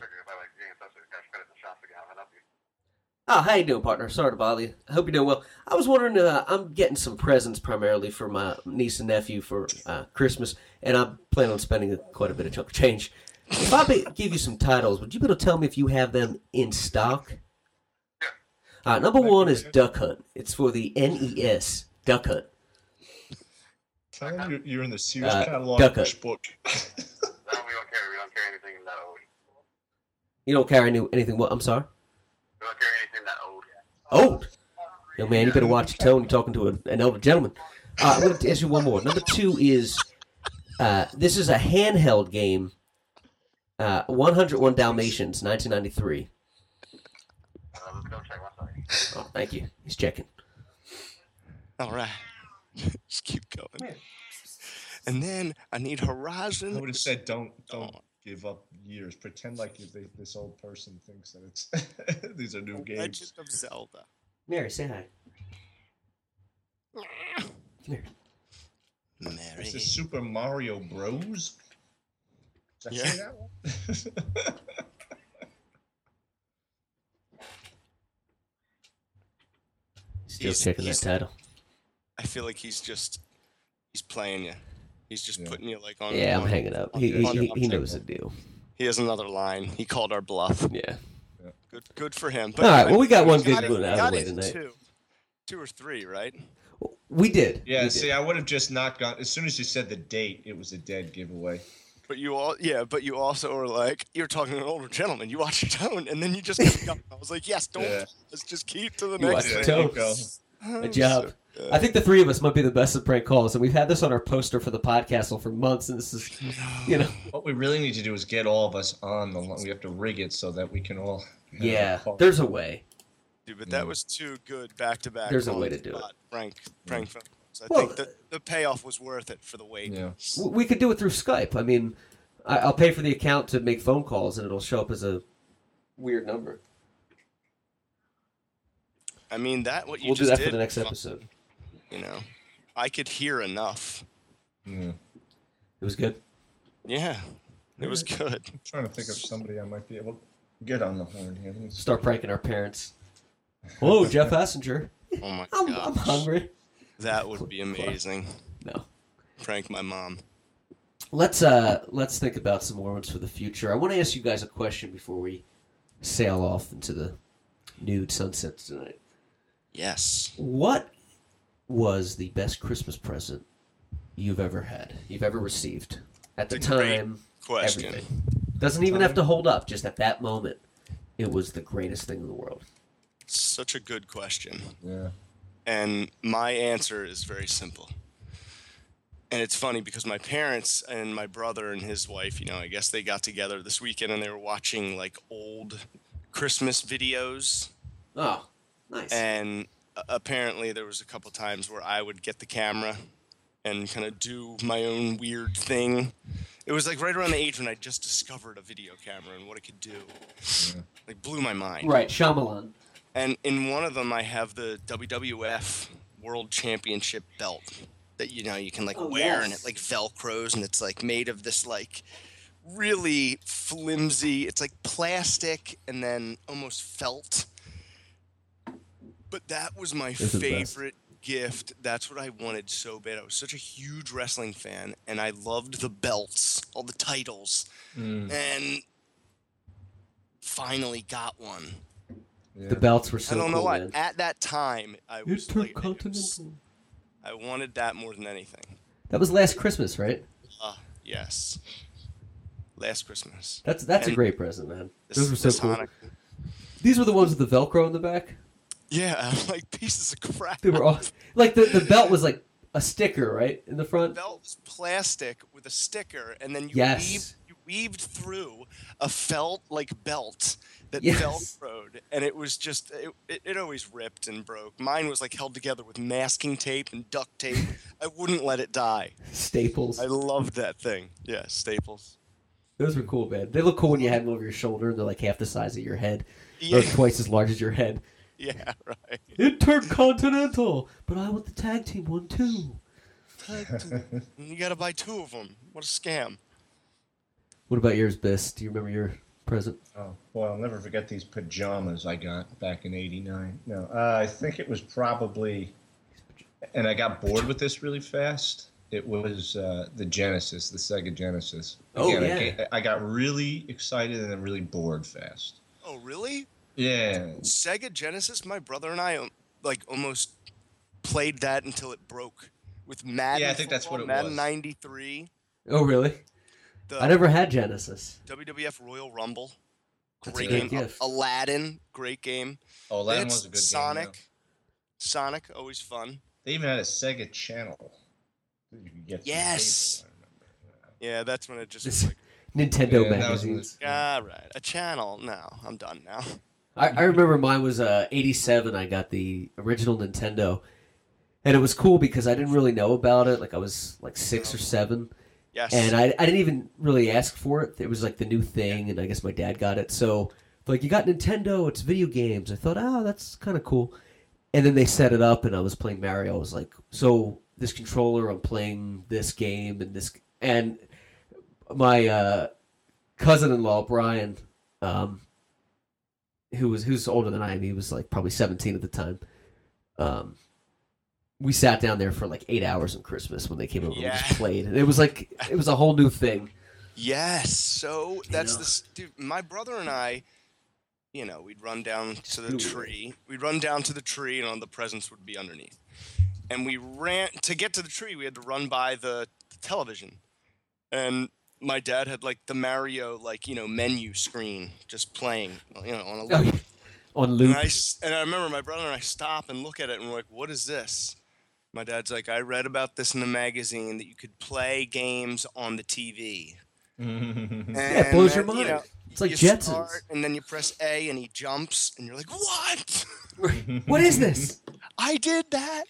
Speaker 4: Ah, how you doing, partner? Sorry to bother you. I hope you're doing well. I was wondering, uh, I'm getting some presents primarily for my niece and nephew for uh, Christmas, and I'm planning on spending quite a bit of chunk of change. If I be- give you some titles, would you be able to tell me if you have them in stock? Uh, number one is Duck Hunt. It's for the NES Duck Hunt.
Speaker 5: Tell them you're, you're in the Sears
Speaker 4: Uh,
Speaker 5: catalog
Speaker 4: duck
Speaker 5: push
Speaker 4: it.
Speaker 5: book.
Speaker 1: No, we don't carry. We don't carry anything that old.
Speaker 4: You don't carry any- anything. What? I'm sorry.
Speaker 1: We don't carry anything that old.
Speaker 4: Oh, young man, you better watch your tone. You're talking to an, an elder gentleman. Uh, I'm going to ask you one more. Number two is uh, this is a handheld game. Uh, 101 Dalmatians, 1993.
Speaker 1: Uh, let's go check. One second.
Speaker 4: Oh, thank you. He's checking.
Speaker 6: All right. *laughs* Just keep going. And then I need Horizon.
Speaker 5: I would have said, don't don't give up years. Pretend like you think this old person thinks that it's *laughs* these are new
Speaker 6: Legend
Speaker 5: games.
Speaker 6: of Zelda.
Speaker 4: Mary, say hi. Come here.
Speaker 9: Mary.
Speaker 5: This is Super Mario Bros. Did I
Speaker 6: Yeah.
Speaker 5: say that one?
Speaker 4: Still
Speaker 6: He's-
Speaker 4: checking
Speaker 6: he's-
Speaker 4: that title.
Speaker 6: I feel like he's just he's playing you. He's just
Speaker 5: Yeah.
Speaker 6: putting you like on.
Speaker 4: Yeah, I'm
Speaker 6: on-
Speaker 4: hanging up.
Speaker 6: on
Speaker 4: He,
Speaker 6: your-
Speaker 4: he,
Speaker 6: on
Speaker 4: he,
Speaker 6: your
Speaker 4: he
Speaker 6: uptick.
Speaker 4: knows the deal.
Speaker 6: He has another line. He called our bluff.
Speaker 4: Yeah.
Speaker 6: Good, good for him. But
Speaker 4: All right, well, we got one good
Speaker 6: it-
Speaker 4: one out of the
Speaker 6: got
Speaker 4: way
Speaker 6: it
Speaker 4: tonight.
Speaker 6: Two, two or three, right?
Speaker 4: We did.
Speaker 5: yeah,
Speaker 4: We
Speaker 5: see,
Speaker 4: did.
Speaker 5: I would have just not gone. As soon as you said the date, it was a dead giveaway.
Speaker 6: But you all, yeah. But you also are like, you're talking to an older gentleman. You watch your tone, and then you just. kept going. I was like, yes, don't.
Speaker 5: Yeah.
Speaker 6: Let's just keep to the
Speaker 4: You
Speaker 6: next
Speaker 4: watch
Speaker 5: your
Speaker 6: thing.
Speaker 5: tone. There you
Speaker 6: Oh,
Speaker 4: Good job.
Speaker 6: so good.
Speaker 4: I think the three of us might be the best at prank calls, and we've had this on our poster for the podcast for months, and this is, you
Speaker 6: *sighs*
Speaker 4: know.
Speaker 5: What we really need to do is get all of us on the. line. We have to rig it so that we can all. have a
Speaker 4: Yeah,
Speaker 5: call.
Speaker 4: there's a way.
Speaker 6: Dude, but that was two good back to back.
Speaker 4: There's a way to do it.
Speaker 6: Frank, Frank. Phillips. I
Speaker 4: Well,
Speaker 6: think the, the payoff was worth it for the wait.
Speaker 5: Yeah.
Speaker 4: W- We could do it through Skype. I mean, I- I'll pay for the account to make phone calls, and it'll show up as a weird number.
Speaker 6: I mean that what you
Speaker 4: We'll do
Speaker 6: just
Speaker 4: that
Speaker 6: did.
Speaker 4: for the next
Speaker 6: fu-
Speaker 4: episode.
Speaker 6: You know, I could hear enough.
Speaker 5: yeah.
Speaker 4: It was good.
Speaker 6: Yeah, it was good.
Speaker 5: I'm trying to think of somebody I might be able to get on the horn here. Let me see.
Speaker 4: Start pranking our parents.
Speaker 6: *laughs*
Speaker 4: Hello, Jeff Hassinger.
Speaker 6: Oh my
Speaker 4: I'm,
Speaker 6: god,
Speaker 4: I'm hungry.
Speaker 6: that would be amazing.
Speaker 4: No.
Speaker 6: Prank my mom.
Speaker 4: Let's uh let's think about some more ones for the future. I want to ask you guys a question before we sail off into the nude sunsets tonight.
Speaker 6: Yes.
Speaker 4: What was the best Christmas present you've ever had? You've ever received? At the
Speaker 6: It's a great
Speaker 4: time,
Speaker 6: Question.
Speaker 4: everything. Doesn't even have to hold up, just at that moment, it was the greatest thing in the world.
Speaker 6: Such a good question.
Speaker 5: Yeah.
Speaker 6: And my answer is very simple. And it's funny because my parents and my brother and his wife, you know, I guess they got together this weekend and they were watching like old Christmas videos.
Speaker 4: Oh, nice.
Speaker 6: And a- apparently there was a couple times where I would get the camera and kind of do my own weird thing. It was like right around the age when I just discovered a video camera and what it could do. Like blew my mind.
Speaker 4: right, Shyamalan.
Speaker 6: And in one of them, I have the WWF World Championship belt that you know you can like
Speaker 4: Oh,
Speaker 6: wear,
Speaker 4: yes.
Speaker 6: and it like velcros, and it's like made of this like really flimsy. It's like plastic and then almost felt. But that was my
Speaker 4: is the best.
Speaker 6: favorite gift. That's what I wanted so bad. I was such a huge wrestling fan, and I loved the belts, all the titles,
Speaker 4: Mm.
Speaker 6: and finally got one.
Speaker 5: yeah.
Speaker 4: The belts were so
Speaker 6: I don't know
Speaker 4: cool,
Speaker 6: why.
Speaker 4: man.
Speaker 6: At that time, I was like, I was- I wanted that more than anything.
Speaker 4: That was last Christmas, right?
Speaker 6: Uh, yes. Last Christmas.
Speaker 4: That's that's a
Speaker 6: And-
Speaker 4: great present, man.
Speaker 6: This-
Speaker 4: Those were so
Speaker 6: this
Speaker 4: cool.
Speaker 6: Hanukkah.
Speaker 4: These were the ones with the Velcro in the back.
Speaker 6: Yeah, *laughs* I'm like pieces of crap.
Speaker 4: They were all *laughs* like the, the belt was like a sticker, right, in the
Speaker 6: The
Speaker 4: front.
Speaker 6: belt was plastic with a sticker, and then you
Speaker 4: Yes.
Speaker 6: weaved, you weaved through a felt like belt that
Speaker 4: Yes.
Speaker 6: velcroed, and it was just it, it, it always ripped and broke. Mine was like held together with masking tape and duct tape. I wouldn't let it die.
Speaker 4: Staples.
Speaker 6: I loved that thing. Yeah, staples.
Speaker 4: Those were cool, man. They look cool when you had them over your shoulder. They're like half the size of your head, or
Speaker 6: Yeah,
Speaker 4: twice as large as your head.
Speaker 6: *laughs* yeah, right.
Speaker 4: Intercontinental, but I want the tag team one too.
Speaker 6: hug to them. And you got to buy two of them. What a scam.
Speaker 4: What about yours, Biss? Do you remember your present?
Speaker 5: Oh, boy, I'll never forget these pajamas I got back in 89. No, uh, I think it was probably, and I got bored with this really fast. It was uh, the Genesis, the Sega Genesis.
Speaker 4: Oh,
Speaker 5: Again,
Speaker 4: yeah.
Speaker 5: I, ga- I got really excited and then really bored fast.
Speaker 6: Oh, really?
Speaker 5: Yeah.
Speaker 6: Sega Genesis. My brother and I um, like almost played that until it broke with Madden.
Speaker 5: Yeah, I think that's what
Speaker 6: Football,
Speaker 5: it
Speaker 6: Madden
Speaker 5: was.
Speaker 6: '93.
Speaker 4: Oh, really?
Speaker 6: The
Speaker 5: Uh,
Speaker 4: I never had Genesis.
Speaker 6: WWF Royal Rumble.
Speaker 4: That's
Speaker 6: Great
Speaker 4: a
Speaker 6: game.
Speaker 4: good gift.
Speaker 6: Aladdin. Great game.
Speaker 5: Oh,
Speaker 6: They
Speaker 5: Aladdin
Speaker 6: had
Speaker 5: was a good
Speaker 6: Sonic.
Speaker 5: game. yeah.
Speaker 6: Sonic, always fun.
Speaker 5: They even had a Sega Channel. that you could get from
Speaker 6: Yes.
Speaker 5: cable, I remember.
Speaker 6: Yeah, that's when it just
Speaker 4: This-
Speaker 6: was like,
Speaker 4: Nintendo
Speaker 5: Yeah, that was when
Speaker 4: magazines.
Speaker 6: all right, a channel. No, I'm done now. *laughs*
Speaker 4: I, I remember mine was uh, 87. I got the original Nintendo. And it was cool because I didn't really know about it. Like, I was like six
Speaker 5: Oh.
Speaker 4: or seven.
Speaker 6: Yes.
Speaker 4: And I, I didn't even really ask for it. It was like the new thing, and I guess my dad got it. So, like, you got Nintendo, it's video games. I thought, oh, that's kind of cool. And then they set it up, and I was playing Mario. I was like, so this controller, I'm playing this game, and this. And my uh, cousin in law, Brian, um, who was who's older than I am, he was like probably 17 at the time. Um, we sat down there for like eight hours on Christmas when they came over. and We just
Speaker 6: Yeah.
Speaker 4: played, and it was like it was a whole new
Speaker 6: *laughs*
Speaker 4: thing.
Speaker 6: Yes. So that's
Speaker 4: know.
Speaker 6: the s- dude. My brother and I, you know, we'd run down to the
Speaker 4: blew it.
Speaker 6: tree. We'd run down to the tree, and all the presents would be underneath. And we ran to get to the tree. We had to run by the, the television, and my dad had like the Mario, like you know, menu screen just playing, you know, on a loop.
Speaker 4: on
Speaker 6: And
Speaker 4: loop.
Speaker 6: I, s- and I remember my brother and I stop and look at it and we're like, what is this? My dad's like, I read about this in the magazine that you could play games on the TV.
Speaker 5: *laughs*
Speaker 4: Yeah, it blows your
Speaker 6: then, you
Speaker 4: mind.
Speaker 6: know,
Speaker 4: It's like
Speaker 6: you
Speaker 4: Jetsons.
Speaker 6: start, and then you press A and he jumps and you're like, what?
Speaker 4: *laughs*
Speaker 6: *laughs*
Speaker 4: what is this?
Speaker 6: I did that?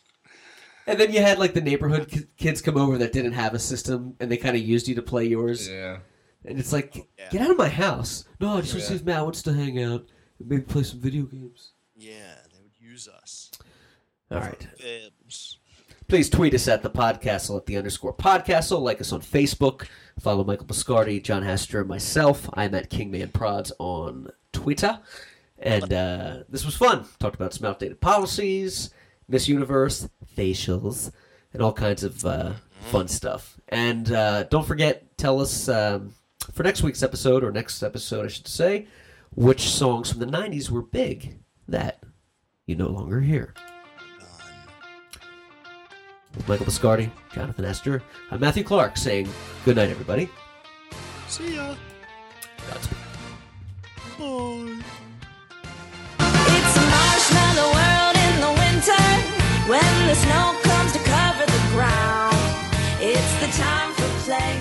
Speaker 4: And then you had like the neighborhood ki- kids come over that didn't have a system, and they kind of used you to play yours.
Speaker 5: yeah.
Speaker 4: And it's like,
Speaker 6: Oh, Yeah.
Speaker 4: get out of my house! No, I just want
Speaker 5: Yeah.
Speaker 4: to see if Matt wants to hang out, and maybe play some video games.
Speaker 6: Yeah, they would use us.
Speaker 4: All right.
Speaker 6: Fibs.
Speaker 4: Please tweet us at the podcastle at the underscore podcastle. Like us on Facebook. Follow Michael Biscardi, John Hester, and myself. I'm at Kingman Prods on Twitter. And uh, this was fun. Talked about some outdated policies, Miss Universe, facials, and all kinds of uh, fun stuff. And uh, don't forget, tell us um, for next week's episode, or next episode, I should say, which songs from the 90s were big that you no longer hear. With Michael Biscardi, Jonathan Esther, I'm Matthew Clark saying good night, everybody.
Speaker 6: See ya.
Speaker 4: Godspeed.
Speaker 6: Bye.
Speaker 10: It's a marshmallow world in the winter when the snow comes to cover the ground. It's the time for play.